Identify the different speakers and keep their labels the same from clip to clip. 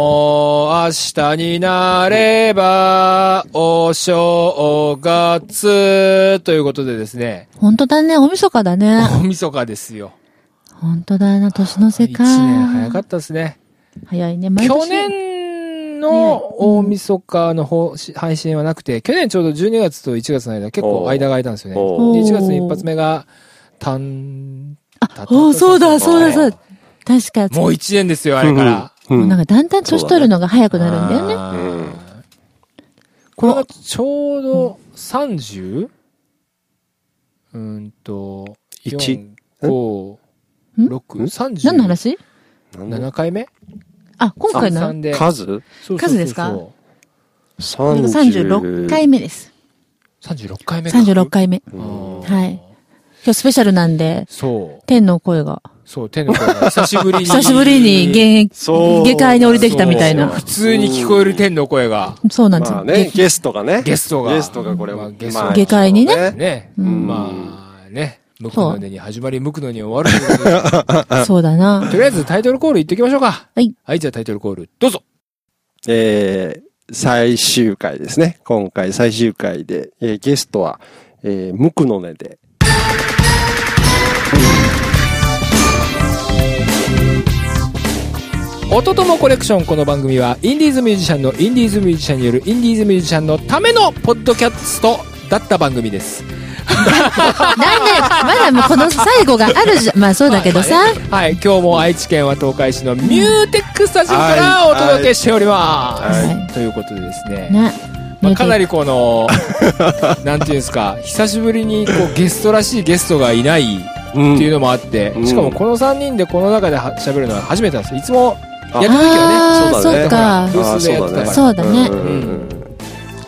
Speaker 1: もう明日になれば、お正月ということでですね、
Speaker 2: 本当だね、大晦日だね。
Speaker 1: 大晦日ですよ。
Speaker 2: 本当だな、年の瀬か。
Speaker 1: 1年早かったですね。
Speaker 2: 早いね、毎年。
Speaker 1: 去年の大晦日の方し配信はなくて、去年ちょうど12月と1月の間、結構間が空いたんですよね。
Speaker 3: お
Speaker 2: ー
Speaker 1: で1月の一発目が、たん、
Speaker 2: あ、おうそうだ、そうだ、そうだ。確か、
Speaker 1: もう1年ですよ、あれ から。
Speaker 3: う
Speaker 2: もうなんか
Speaker 3: ん。
Speaker 2: だんだん年取るのが早くなるんだよね。
Speaker 1: あ
Speaker 3: う
Speaker 1: ー
Speaker 3: ん
Speaker 1: これがちょうど 30? うーんと、
Speaker 3: 一
Speaker 1: 4、5、
Speaker 2: ん
Speaker 1: 6、30。
Speaker 2: 何の話
Speaker 1: ?7 回目
Speaker 2: あ、今回の
Speaker 1: 三で
Speaker 3: 数
Speaker 1: そうそうそうそう
Speaker 2: 数ですか
Speaker 3: ?36
Speaker 2: 36回目です。
Speaker 1: ?36 回目か
Speaker 2: 36。回目。
Speaker 1: あー
Speaker 2: はい。今日スペシャルなんで、
Speaker 1: そう。
Speaker 2: 天の声が、
Speaker 1: そう、天の声が久しぶりに。
Speaker 2: 久しぶりに現役、
Speaker 3: そう
Speaker 2: 下界に降りてきたみたい
Speaker 1: そう
Speaker 2: な。
Speaker 1: 普通に聞こえる天の声が。
Speaker 2: そうなんです
Speaker 3: まあ
Speaker 2: よ。
Speaker 3: ね、ゲストがね。
Speaker 1: ゲストが
Speaker 3: ゲストがこれ
Speaker 1: まあ
Speaker 3: は。
Speaker 1: ゲスト
Speaker 3: まあ
Speaker 2: 下界にね。
Speaker 1: ね。
Speaker 2: うん
Speaker 1: まあね。無垢の根に始まり、無垢の根に終わるということで。
Speaker 2: そうだな。
Speaker 1: とりあえずタイトルコールいってきましょうか。
Speaker 2: はい。
Speaker 1: はい、じゃあタイトルコール、どうぞ。
Speaker 3: えー最終回ですね。今回最終回で、えーゲストは、えー、無垢のねで。
Speaker 1: 音ともコレクションこの番組はインディーズミュージシャンのインディーズミュージシャンによるインディーズミュージシャンのためのポッドキャストだった番組です
Speaker 2: なんで、まだもうこの最後があるじゃん。まあそうだけどさ。
Speaker 1: はい今日も愛知県は東海市のミューテックスタジオからお届けしております、
Speaker 2: はい
Speaker 1: ということでですね、
Speaker 2: ね。
Speaker 1: まあ、かなりこ のなんていうんですか久しぶりにこうゲストらしいゲストがいない
Speaker 3: うん
Speaker 1: っていうのもあって、
Speaker 3: うん
Speaker 1: しかもこの3人でこの中では喋るのは初めてなんですいつもや
Speaker 3: あ
Speaker 1: ってる時は
Speaker 2: あ
Speaker 1: ね
Speaker 2: ー
Speaker 3: そうだね
Speaker 2: そっか
Speaker 1: ブースでやってたから
Speaker 2: そうだね
Speaker 3: んうんうん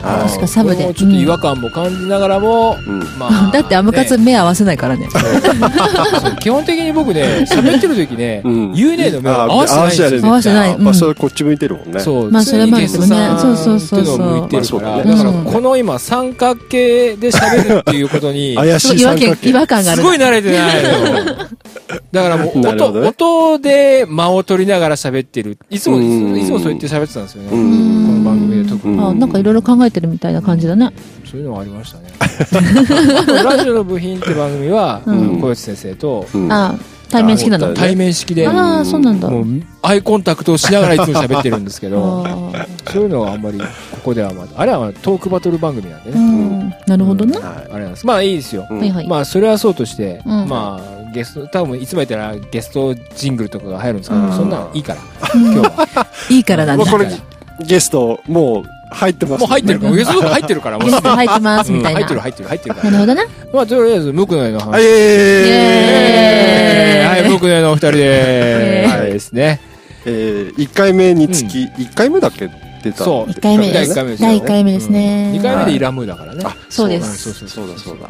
Speaker 1: あー
Speaker 2: 確かサブで
Speaker 1: これもちょっと違和感も感じながらも、
Speaker 3: うん
Speaker 1: まあ
Speaker 2: だってアムカツ
Speaker 1: ね
Speaker 2: 目合わせない からね。
Speaker 1: そう基本的に僕ね喋ってる時ね、
Speaker 3: うん
Speaker 1: 言うねえの目を
Speaker 3: あー
Speaker 1: 合わせてないんですよ
Speaker 3: 合わ
Speaker 2: せない
Speaker 3: あ
Speaker 2: うん
Speaker 3: まあ、それこっち向いてるもんね。
Speaker 1: そう、
Speaker 2: まあ
Speaker 1: 普通
Speaker 2: それ
Speaker 1: に
Speaker 2: もあ
Speaker 1: ゲ
Speaker 2: る
Speaker 1: ストさん
Speaker 3: けどね
Speaker 1: って
Speaker 3: そ
Speaker 2: そ
Speaker 3: う
Speaker 2: うそう
Speaker 1: いうのを向いてるから、
Speaker 3: まあ
Speaker 1: だ
Speaker 3: そうだね
Speaker 1: からこの今三角形で喋るっていうことに
Speaker 3: 怪しい
Speaker 2: 違和
Speaker 3: 三角
Speaker 2: 感、
Speaker 3: 形
Speaker 2: 違和感があ
Speaker 1: す
Speaker 2: る。
Speaker 1: ごい慣れてないのよだからもう
Speaker 3: なる
Speaker 1: 音、
Speaker 3: ほどね
Speaker 1: 音で間を取りながら喋ってるいつもいつもいつもそう言って喋ってたんですよね、
Speaker 3: う
Speaker 2: うんん
Speaker 1: この番組で特に、
Speaker 3: うん
Speaker 2: あ、なんかいろいろ考えてるみたいな感じだね。
Speaker 1: そういうのがありましたねあとラジオの部品って番組は、
Speaker 2: うん
Speaker 1: 小内先生と
Speaker 3: うん
Speaker 2: あ、対面式なの。
Speaker 3: あ
Speaker 1: 対面式で
Speaker 3: あ
Speaker 2: ああ、そうなんだ。
Speaker 1: もうアイコンタクトをしながらいつも喋ってるんですけど
Speaker 2: あ
Speaker 1: そういうのはあんまりここではまだあれはまあトークバトル番組なんで
Speaker 2: ーう
Speaker 1: ね、
Speaker 2: ん。なるほどな。は
Speaker 3: は
Speaker 1: あれなんですまあいいですよ、
Speaker 3: い。
Speaker 2: いはい。
Speaker 1: まあそれはそうとして、
Speaker 2: うん
Speaker 1: まあゲスト多分いつもやったらゲストジングルとかが入るんですけど、
Speaker 2: うん
Speaker 1: そんなのいいから今日はい
Speaker 2: いからなん
Speaker 3: もう
Speaker 2: だ。
Speaker 3: これ、ゲスト、もう、入ってます、
Speaker 1: もう入ってるからゲスト入ってるからもう
Speaker 2: ゲ
Speaker 1: すでに
Speaker 2: スト入ってます
Speaker 1: う
Speaker 2: み
Speaker 1: ん
Speaker 2: たいな。
Speaker 1: 入
Speaker 2: な
Speaker 1: ってる
Speaker 2: る
Speaker 1: 入ってる入ってるか
Speaker 2: ほ
Speaker 1: ら
Speaker 2: どな。
Speaker 1: まあとりあえず無垢の絵の話、
Speaker 3: はい。
Speaker 2: え
Speaker 1: は
Speaker 2: ー
Speaker 1: い、僕ののお二人で
Speaker 2: え
Speaker 1: ー
Speaker 3: ー
Speaker 1: ですね。
Speaker 3: えー、1回目につき、一1回目だけ出た
Speaker 1: そう
Speaker 2: 一回目で
Speaker 1: 第一
Speaker 2: す
Speaker 1: 回目で。すよ
Speaker 2: 第一回目ですね。
Speaker 1: 2回目でイラムーだからね。
Speaker 2: そうで
Speaker 1: そ
Speaker 2: す。
Speaker 1: うそう
Speaker 3: そうだそうだ。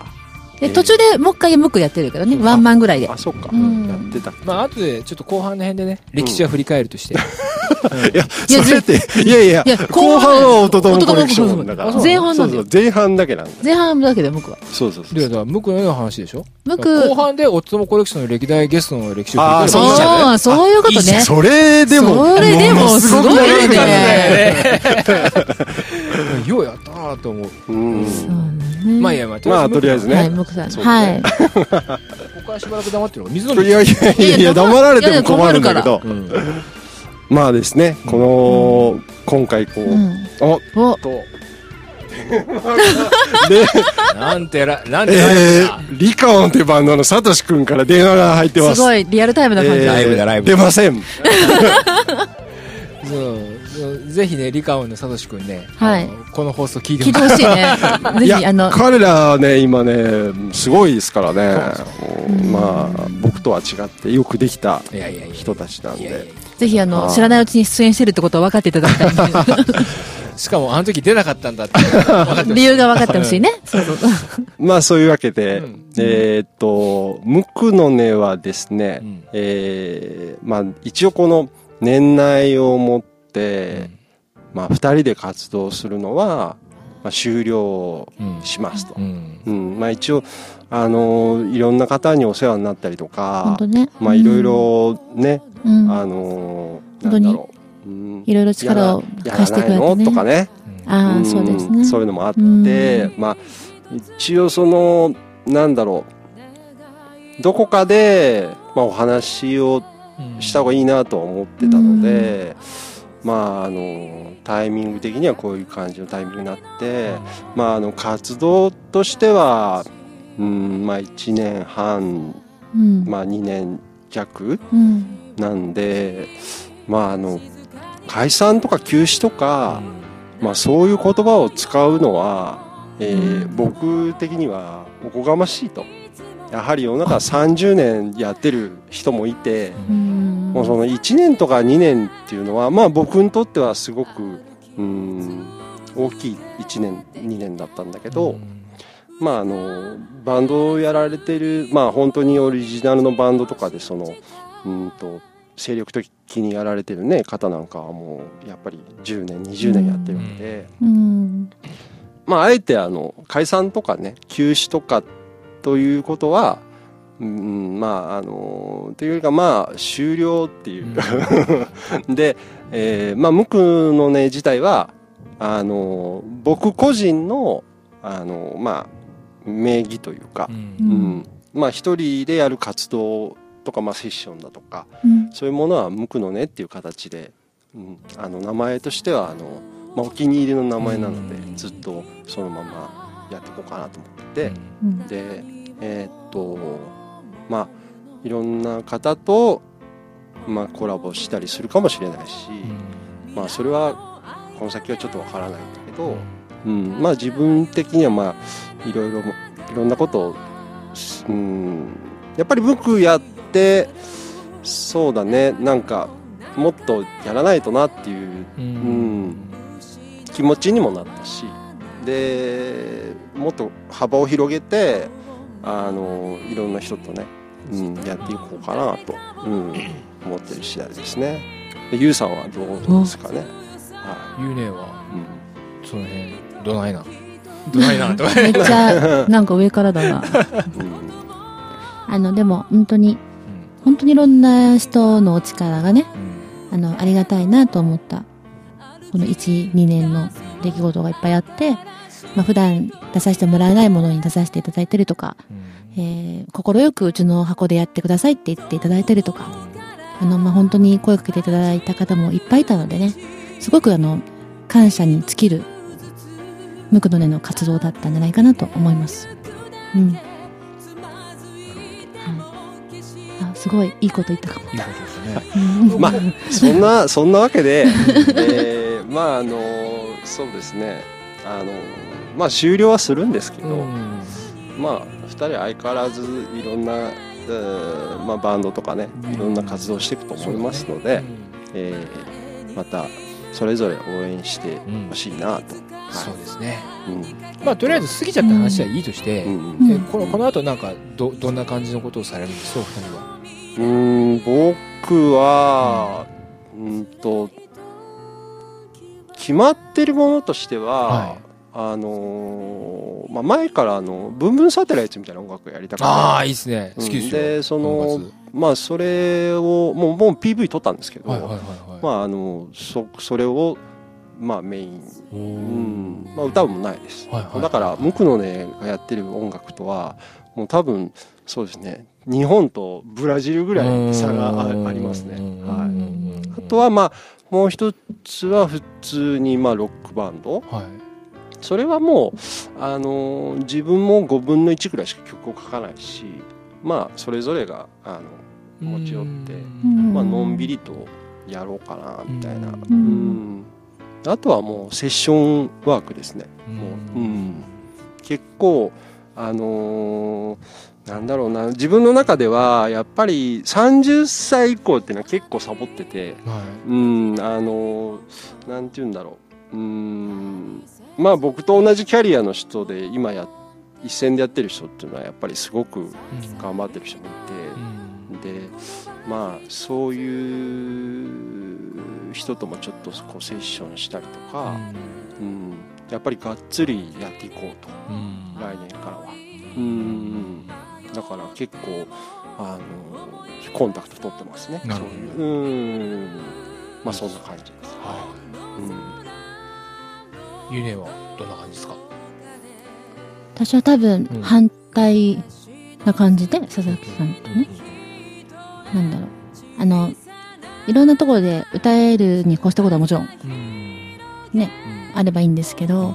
Speaker 2: で途中でもう一回ムックやってるけどね。ワンマンぐらいで。
Speaker 3: あ、そっか。
Speaker 2: うん
Speaker 3: やってた。
Speaker 1: まあ、あとで、ちょっと後半の辺でね、歴史は振り返るとして。
Speaker 3: いや、
Speaker 2: いや
Speaker 3: それって、いやいや
Speaker 2: いや、
Speaker 3: 後
Speaker 2: 後
Speaker 3: 半
Speaker 2: 半
Speaker 3: は音ともコレクションだか
Speaker 1: あ
Speaker 3: ら。
Speaker 1: そう
Speaker 2: 前半なんだ
Speaker 3: そう
Speaker 2: よ
Speaker 3: そう前半だけなんだ。
Speaker 2: 前半だけどムックは。
Speaker 3: そうそうそ
Speaker 1: で、だ
Speaker 3: う。
Speaker 1: から、ムクの絵の話でしょ
Speaker 2: ムック。
Speaker 1: 後半で、オッツモコレクションの歴代ゲストの歴史を振り
Speaker 3: あ
Speaker 1: 返
Speaker 3: ー
Speaker 1: る
Speaker 3: そうじゃない
Speaker 2: ああ、そういうことね。
Speaker 3: それでも、
Speaker 2: それでも
Speaker 3: の
Speaker 2: すごい
Speaker 3: 長くなる
Speaker 2: ね
Speaker 1: うんようやったなと思う。
Speaker 3: うん
Speaker 2: そうだね。
Speaker 1: まあ、いいや、まあ、
Speaker 3: まあ、とりあえ
Speaker 1: ず
Speaker 3: ず
Speaker 2: はい、
Speaker 3: ね。
Speaker 2: ムックさん。
Speaker 3: そうだ
Speaker 2: はい
Speaker 3: ね。
Speaker 1: ムクは。ここからしばらく黙ってるの。水飲ん
Speaker 3: い
Speaker 1: で。
Speaker 3: やいやいやいや、黙られても困るんだけど。
Speaker 1: うん。
Speaker 3: まあですね、この、今回こう、
Speaker 2: うん。
Speaker 3: おっ
Speaker 2: お、
Speaker 3: と、 で、
Speaker 1: なんてら、なんてら
Speaker 3: え
Speaker 1: いな。
Speaker 3: ー、リカオンってバンドのサトシ君から電話が入ってます。
Speaker 2: すごいリアルタイムな感じだ。
Speaker 1: ライブだライブ
Speaker 3: 出ません。
Speaker 1: そうそう。ぜひね、リカオンのサトシ君ね。
Speaker 2: はい
Speaker 1: あの。この放送聞いて
Speaker 2: 聞い
Speaker 1: ほ
Speaker 2: て
Speaker 1: しい
Speaker 2: ほしいね。 ぜ
Speaker 3: いや
Speaker 2: ひ、あの、
Speaker 3: 彼らね今ねすごいですからね
Speaker 1: そう
Speaker 3: うんまあ僕とは違ってよくできた
Speaker 1: いやいやいや。
Speaker 3: 人たちなん
Speaker 1: いやいやい
Speaker 3: で
Speaker 1: や
Speaker 2: ぜひあ
Speaker 3: あ
Speaker 2: の、
Speaker 3: ー
Speaker 2: 知らないうちに出演してるってことを分かっていただきたい。
Speaker 1: しかもあの時出なかったんだって分か ってま
Speaker 2: 理
Speaker 1: し
Speaker 2: 由が分かってほしいね。そうそう。
Speaker 3: まあそういうわけで、
Speaker 1: うん
Speaker 3: えーっと「ムクの音」はですね、
Speaker 1: うん
Speaker 3: えーまあ一応この年内をもって、まあ2人で活動するのは、まあ、終了
Speaker 1: うん
Speaker 3: しますと
Speaker 1: う、ん
Speaker 3: うんまあ一応あのいろんな方にお世話になったりと
Speaker 2: 本
Speaker 3: か
Speaker 2: 当ね。
Speaker 3: まあいろいろね、
Speaker 2: うん。うん
Speaker 3: あの
Speaker 2: 本
Speaker 3: ーな
Speaker 2: 当
Speaker 3: ん
Speaker 2: に
Speaker 3: だろうん
Speaker 2: いろいろ力を
Speaker 3: や
Speaker 2: 貸
Speaker 3: ら
Speaker 2: して
Speaker 3: な
Speaker 2: くれ
Speaker 3: い
Speaker 2: て
Speaker 3: の
Speaker 2: ね。
Speaker 3: とかね
Speaker 2: あ
Speaker 3: ん
Speaker 2: あ、そうですね。
Speaker 3: そういうのもあって、
Speaker 2: うん
Speaker 3: まあ一応そのなんだろうどこかで、まあ、お話をした方が
Speaker 1: いい
Speaker 3: いいなとは思ってたので、まああのタイミング的にはこういう感じのタイミングになって、まああの活動としては、うんまあ、1年半、
Speaker 2: うん。
Speaker 3: まあ、2年弱
Speaker 2: うん。
Speaker 3: なんでまああの解散とか休止とか、まあ、そういう言葉を使うのは、えー僕的にはおこがましいとやはり世の中30年やってる人もいて
Speaker 2: うん。
Speaker 3: もうその1年とか2年っていうのは、まあ、僕にとってはすごくうん大きい1年2年だったんだけど、まあ、あのバンドをやられてる、まあ、本当にオリジナルのバンドとかでそのうんと精力的にやられてる、ね、方なんかはもうやっぱり10年20年やってるんで。
Speaker 2: うん。
Speaker 3: まあ、あえてあの解散とかね休止とかということは、うん、まああのというよりかまあ終了っていう、 で、えーまあ無垢のね自体はあの僕個人のあのまあ名義というか、
Speaker 2: う
Speaker 3: うんんまあ一人でやる活動とか、まあ、セッションだとか
Speaker 2: うん。
Speaker 3: そういうものは無垢のねっていう形で、うん、あの名前としてはあの、まあ、お気に入りの名前なので、
Speaker 1: うん
Speaker 3: ずっとそのままやっていこうかなと思ってて、
Speaker 2: うん。
Speaker 3: でえーっとまあいろんな方と、まあ、コラボしたりするかもしれないし、まあそれはこの先はちょっとわからないんだけど、うん、まあ自分的にはまあいろいろもいろんなことを、うん、やっぱり僕やってそうだねなんかもっとやらないとなっていう気持ちにもなったしでもっと幅を広げてあのいろんな人とね、うん、やっていこうかなと、 うん、思ってる次第ですね。でゆうさんはどうですかね、は
Speaker 1: ゆうねはい
Speaker 3: うん
Speaker 1: その辺どないなどないなとか
Speaker 2: めっちゃ、なんか上からだな。
Speaker 3: うん
Speaker 2: あの、でも、本当に、本当にいろんな人のお力がね、あの、ありがたいなと思った、この1、2年の出来事がいっぱいあって、まあ、普段出させてもらえないものに出させていただいたりとか、えー、快くうちの箱でやってくださいって言っていただいたりとか、あの、まあ、本当に声をかけていただいた方もいっぱいいたのでね、すごくあの、感謝に尽きる、ムクドネの活動だったんじゃないかなと思います。うん。はい、あ、すごいいいこと言ったかも。
Speaker 1: いいことですね
Speaker 2: うん
Speaker 3: まあそんなそんなわけで、えーまああのそうですねあのまあ終了はするんですけど、まあ2人は相変わらずいろんな、えーまあ、バンドとかねいろんな活動をしていくと思いますので、えーまたそれぞれ応援してほしいなと、
Speaker 1: そうですね
Speaker 3: はい
Speaker 1: まあとりあえず過ぎちゃった話はいいとして
Speaker 3: うんうん
Speaker 2: うん
Speaker 1: えこのこの後なんかどどんな感じのことをされるんですかお二人は
Speaker 3: うん僕はうんと決まってるものとしては、
Speaker 1: はい
Speaker 3: あのーまあ、前からあの「ブンブンサテライト」みたいな音楽やりたくて
Speaker 1: ああいいですね好きですよ
Speaker 3: うんでその
Speaker 1: 婚活
Speaker 3: まあそれをもうもう PV 撮ったんですけど、
Speaker 1: はいはいはいはい
Speaker 3: まああのそそれをまあメイン、
Speaker 1: お
Speaker 3: う
Speaker 1: ー
Speaker 3: んまあ、歌うもないです、
Speaker 1: はいはい
Speaker 3: だから無垢のねがやってる音楽とはもう多分そうですね日本とブラジルぐらい差があありますね、はい、あと
Speaker 1: は
Speaker 3: はまあもう一つは普通にまあロックバンド、
Speaker 1: はい
Speaker 3: それはもう、あのー自分も5分の1ぐらいしか曲を書かないしまあそれぞれがあの持ち寄って、
Speaker 2: うん
Speaker 3: まあのんびりとやろうかなみたいな、
Speaker 1: うん
Speaker 3: うんあとはもうセッションワークですね、もううん結構あのーなんだろうな自分の中ではやっぱり30歳以降っていうのは結構サボってて、
Speaker 1: は
Speaker 3: うん、あのーなんて言うんだろう。うん、まあ僕と同じキャリアの人で今や、一線でやってる人っていうのはやっぱりすごく
Speaker 1: いうん
Speaker 3: 頑張ってる人もいて、で、まあそういう人ともちょっとこうセッションしたりとか、うん、やっぱりがっつりやっていこうと。
Speaker 1: うん
Speaker 3: 来年からはうんだから結構あのコンタクト取ってますね
Speaker 1: なるほ
Speaker 3: そういううんまあそんな感じです、
Speaker 1: は
Speaker 3: うん、
Speaker 1: い。ゆねはどんな感じですか
Speaker 2: 私は多分
Speaker 1: うん
Speaker 2: 反対な感じで、佐々木さんとね、なんだろう。あの、いろんなところで歌えるに越したことはもちろん
Speaker 1: うん。うん
Speaker 2: ね、あればいいんですけど、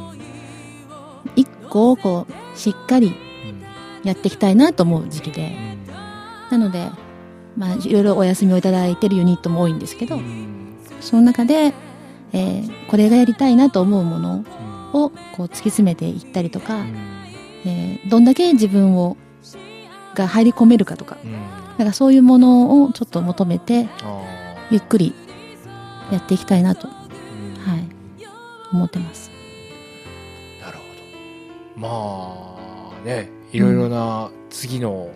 Speaker 2: 一個をこう、しっかり
Speaker 1: うん
Speaker 2: やっていきたいなと思う時期で、なので、まあ、いろいろお休みをいただいてるユニットも多いんですけ
Speaker 1: う
Speaker 2: ど、
Speaker 1: ん
Speaker 2: その中で、えーこれがやりたいなと思うものをこう突き詰めていったりとか、えーどんだけ自分をが入り込めるかとか
Speaker 1: うんうん
Speaker 2: なんかそういうものをちょっと求めて
Speaker 1: あ
Speaker 2: ゆっくりやっていきたいなと、は
Speaker 1: ーうん
Speaker 2: い、思ってます
Speaker 1: なるほど。まあね、いろいろな次の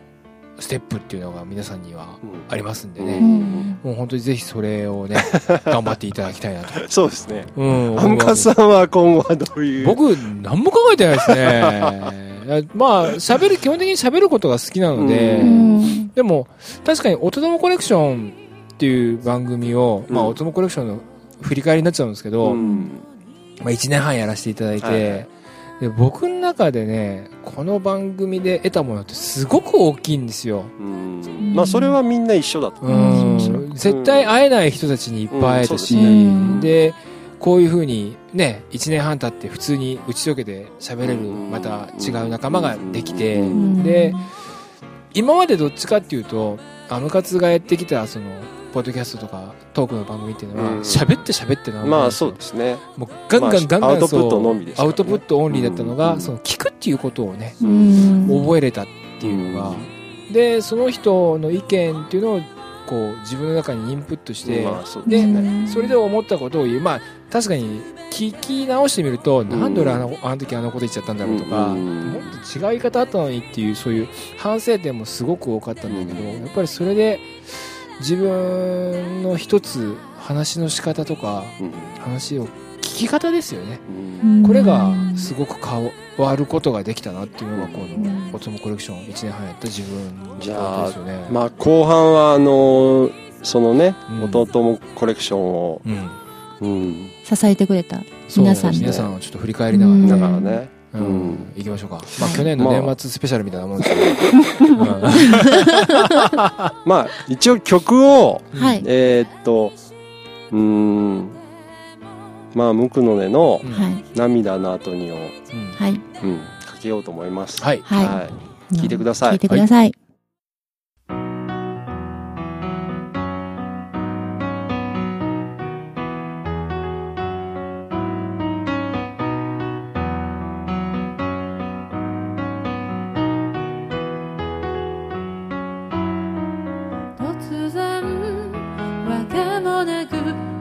Speaker 1: ステップっていうのが皆さんには
Speaker 3: うん
Speaker 1: ありますんで
Speaker 2: う
Speaker 1: ね。
Speaker 2: ん
Speaker 1: もう本当にぜひそれをね、頑張っていただきたいなと。
Speaker 3: そうですね
Speaker 1: うん。
Speaker 3: アンカさんは今後はどういう
Speaker 1: 僕、何も考えてないです ね。まあ、喋る、基本的に喋ることが好きなので、
Speaker 2: う
Speaker 3: う
Speaker 2: ん
Speaker 1: でも、確かに、大人もコレクションっていう番組を、
Speaker 3: うん
Speaker 1: まあ、大人もコレクションの振り返りになっちゃうんですけど、
Speaker 3: うん
Speaker 1: まあ、1年半やらせていただいて、
Speaker 3: はいはい
Speaker 1: で僕の中でねこの番組で得たものってすごく大きいんですよ。
Speaker 3: うんまあそれはみんな一緒だと
Speaker 1: う
Speaker 2: うん
Speaker 1: ん絶対会えない人たちにいっぱい会えたし、
Speaker 3: う
Speaker 2: そうです
Speaker 3: ん
Speaker 2: ね
Speaker 1: でこういうふうにね1年半経って普通に打ち解けて喋れる
Speaker 3: うん
Speaker 1: また違う仲間ができて
Speaker 3: う
Speaker 1: で今までどっちかっていうとアムカツがやってきたそのポッドキャストとかトークの番組っていうの
Speaker 3: うん
Speaker 1: は喋って喋ってな
Speaker 3: まあそうですね
Speaker 1: もうガンガンガン
Speaker 3: まあア
Speaker 1: ガ
Speaker 3: ウ
Speaker 1: ン
Speaker 3: トプ
Speaker 1: そう
Speaker 3: ットのみですから
Speaker 1: ア
Speaker 3: ね
Speaker 1: ウトプットオンリーだったのが、
Speaker 3: うん
Speaker 1: その聞くっていうことをね、
Speaker 2: うん
Speaker 1: 覚えれたっていうのが、でその人の意見っていうのをこう自分の中にインプットして、
Speaker 3: まあそう
Speaker 1: で
Speaker 2: うん
Speaker 1: それで思ったことを言うまあ確かに聞き直してみると、なんで俺あのあの時あのこと言っちゃったんだろうとか、
Speaker 3: うん
Speaker 1: もっと違う言い方あったのにっていうそういう反省点もすごく多かったんだけど、
Speaker 3: うん
Speaker 1: やっぱりそれで自分の一つ話の仕方とか
Speaker 3: うん
Speaker 1: 話を聞き方ですよね
Speaker 3: うん
Speaker 1: これが
Speaker 2: うん
Speaker 1: すごく変わることができたなっていうのがこ
Speaker 2: うん
Speaker 1: の「おつもコレクション」1年半やった自分の
Speaker 3: じゃあ
Speaker 1: ことですよね。
Speaker 3: まあ後半はあのーそのね
Speaker 1: うん
Speaker 3: 弟もコレクションを
Speaker 1: うん、
Speaker 3: うん
Speaker 2: 支えてくれた
Speaker 1: そう
Speaker 2: 皆さんで
Speaker 1: 皆さんをちょっと振り返りながらね、
Speaker 3: だからね
Speaker 1: うん
Speaker 3: うん
Speaker 1: 行きましょうか、まあ、
Speaker 2: はい
Speaker 1: 去年の
Speaker 3: まあ
Speaker 1: 年末スペシャルみたいなもんですけど、うん
Speaker 3: まあ一応曲を
Speaker 2: はい
Speaker 3: えーっとうーんまあ無垢の根の
Speaker 1: う
Speaker 2: は
Speaker 1: ん
Speaker 2: い
Speaker 3: 「涙の後に」を、
Speaker 1: うん
Speaker 2: はい
Speaker 3: うん、かけようと思います。
Speaker 1: はい
Speaker 2: はい、
Speaker 3: 聞いてください
Speaker 2: 聞いてください、
Speaker 4: 突然わがもなく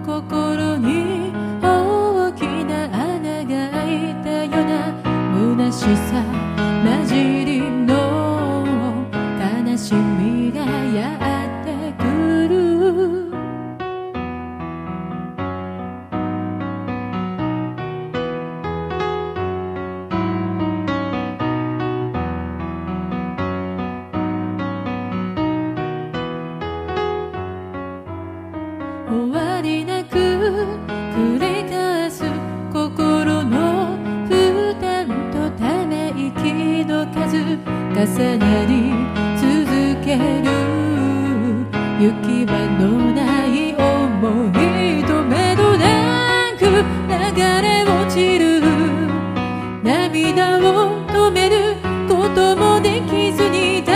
Speaker 4: 心に大きな穴が開いたような虚しさ混じりの悲しみがやってくる終わりなく繰り返す心の負担とため息の数重なり続ける行き場のない思いとめどなく流れ落ちる涙を止めることもできずにた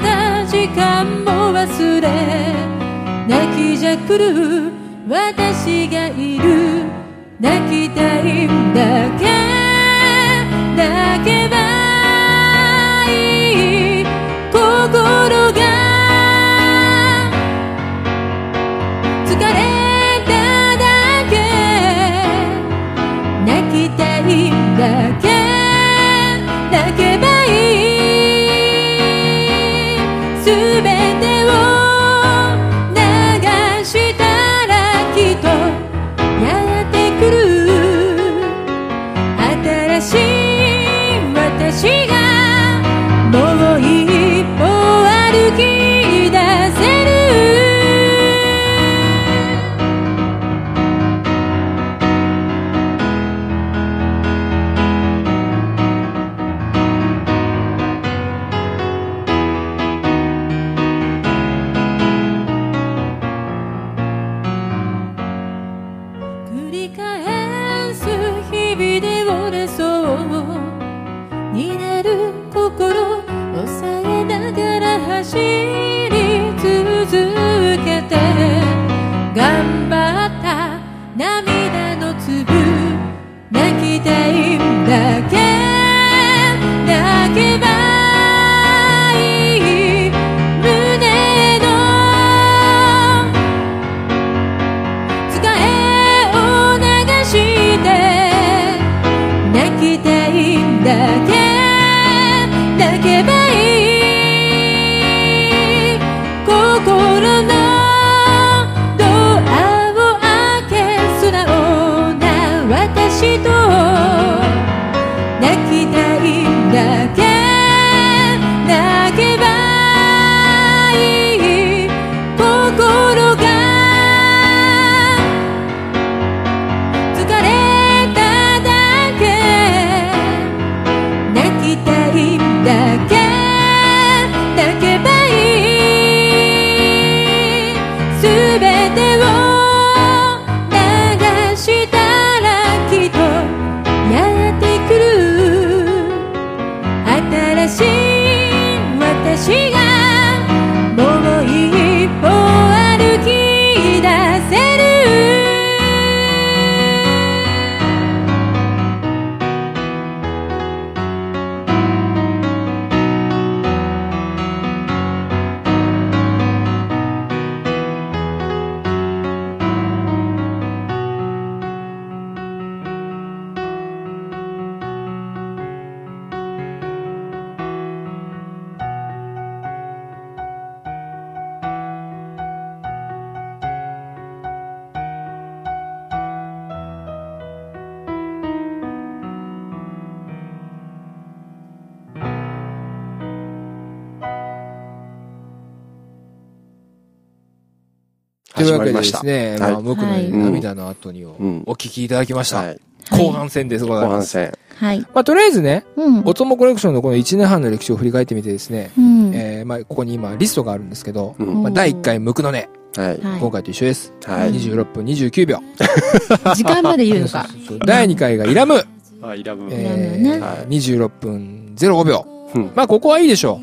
Speaker 4: だ時間も忘れ泣きじゃくる私がいる泣きたいんだけ泣けばいい心が疲れただけ泣きたいんだけ泣けばいいすべてを流したらきっとやってくる繰り返す日々で折れそうになる心抑えながら走り続けて頑張った涙の粒泣きたいんだけ泣けばいい胸の疲れを流して泣きたいんだけ泣けばいい心のドアを開け素直な私と泣きたいんだけ泣けばいい心が疲れただけ泣きたいだけ泣けばいい全てを流したらきっとやってくる新しい私がもう一歩歩き出せる
Speaker 1: という
Speaker 3: 始
Speaker 1: わ
Speaker 3: ま
Speaker 1: けで
Speaker 3: りま
Speaker 1: で
Speaker 3: した。
Speaker 1: すね、まあ、
Speaker 3: はい
Speaker 1: 僕の
Speaker 2: はい
Speaker 1: 涙の後にを
Speaker 3: うん
Speaker 1: お聞きいただきました。
Speaker 3: はい。
Speaker 2: はい
Speaker 1: 後半戦です、ござい
Speaker 3: 後
Speaker 1: ま
Speaker 3: 半
Speaker 1: す。
Speaker 3: 戦。
Speaker 2: はい。
Speaker 1: まあ、とりあえずね、
Speaker 2: うん。
Speaker 1: おともコレクションのこの1年半の歴史を振り返ってみてですね、
Speaker 2: うん。
Speaker 1: えーまあ、ここに今リストがあるんですけど、
Speaker 3: うん。
Speaker 1: ま
Speaker 3: は
Speaker 1: あ、第1回、ムクのね、
Speaker 3: い。
Speaker 2: はい
Speaker 1: 今回と一緒です。
Speaker 3: はい。
Speaker 1: 26分29秒。
Speaker 2: 時間まで言うの
Speaker 1: そう
Speaker 2: か。
Speaker 1: そうそう第2回がイラム、
Speaker 3: あ、イラブ。
Speaker 2: ラム
Speaker 1: え
Speaker 2: ね
Speaker 1: ー、26分05秒。
Speaker 3: うん
Speaker 1: まあ、ここはいいでしょ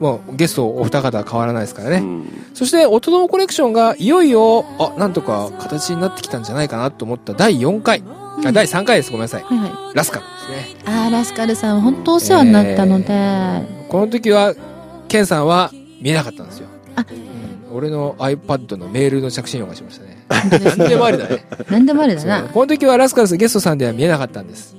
Speaker 1: う。もう、ゲストお二方は変わらないですからね。
Speaker 3: うん
Speaker 1: そして、音のコレクションがいよいよ、あ、なんとか形になってきたんじゃないかなと思った第4回、
Speaker 2: う
Speaker 1: あ、
Speaker 2: ん
Speaker 1: 第3回です。ごめんなさい。
Speaker 2: はいはい。
Speaker 1: ラスカルですね。
Speaker 2: あーラスカルさん、本当お世話になったので、
Speaker 1: この時は、ケンさんは見えなかったんですよ。
Speaker 2: あ
Speaker 1: うん俺の iPad のメールの着信音がしましたね。
Speaker 2: 本当です
Speaker 1: 何で
Speaker 2: ね。
Speaker 1: もありだね。
Speaker 2: 何でもありだ
Speaker 1: そう
Speaker 2: な。
Speaker 1: この時はラスカルスゲストさんでは見えなかったんです。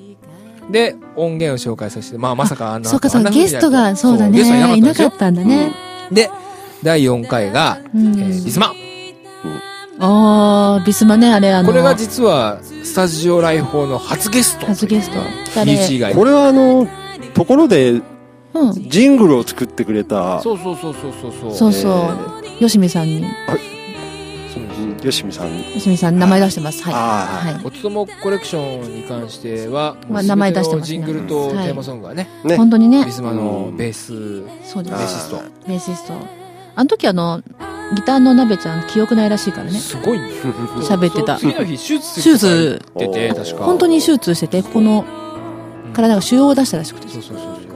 Speaker 1: で、音源を紹介させて、まあまさかあんな。
Speaker 2: そうかそ
Speaker 1: あ
Speaker 2: うん
Speaker 1: な
Speaker 2: か、
Speaker 1: 風
Speaker 2: ゲ
Speaker 1: にな
Speaker 2: ス
Speaker 1: ると
Speaker 2: トが、そうだね。
Speaker 1: ゲストい
Speaker 2: い
Speaker 1: な
Speaker 2: な
Speaker 1: か
Speaker 2: か
Speaker 1: っ
Speaker 2: ったたんだね。
Speaker 1: んですよ。で、第4回が、
Speaker 2: う
Speaker 1: えー
Speaker 2: ん。
Speaker 1: リスマ。
Speaker 2: あー、ビスマね、あれ、あの、
Speaker 1: これが実は、スタジオ来訪の初ゲスト。
Speaker 2: 初ゲスト。
Speaker 1: 身内以
Speaker 2: 誰
Speaker 1: 外
Speaker 3: これはあの、ところで、
Speaker 2: うん。
Speaker 3: ジングルを作ってくれた、
Speaker 1: そうそうそうそうそうそう。
Speaker 2: そうそう。よしみさんに、
Speaker 1: そうです
Speaker 3: うんよしみさん。
Speaker 2: よしみさん、名前出してます。はい。
Speaker 3: あ
Speaker 2: はい。
Speaker 1: おつともコレクションに関しては、
Speaker 2: まあ名前出してます
Speaker 1: ジ
Speaker 2: ね
Speaker 1: ングルとテーマソングはね、
Speaker 3: ね
Speaker 2: 本当にね
Speaker 1: リ、スマのベース、
Speaker 2: そうで
Speaker 1: ベ
Speaker 3: あ
Speaker 1: ー
Speaker 2: す。
Speaker 1: シスト。
Speaker 2: ベーシスト。あの時あの、ギターのなべちゃん、記憶ないらしいからね。
Speaker 1: すごいね。
Speaker 2: 喋ってた
Speaker 1: そう次の日、手術
Speaker 2: 手
Speaker 1: するとか
Speaker 2: 術、
Speaker 1: 言ってて、確か。
Speaker 2: 本当に手術してて、ここの体が腫瘍を出したらしくて。
Speaker 1: そうそうそうそう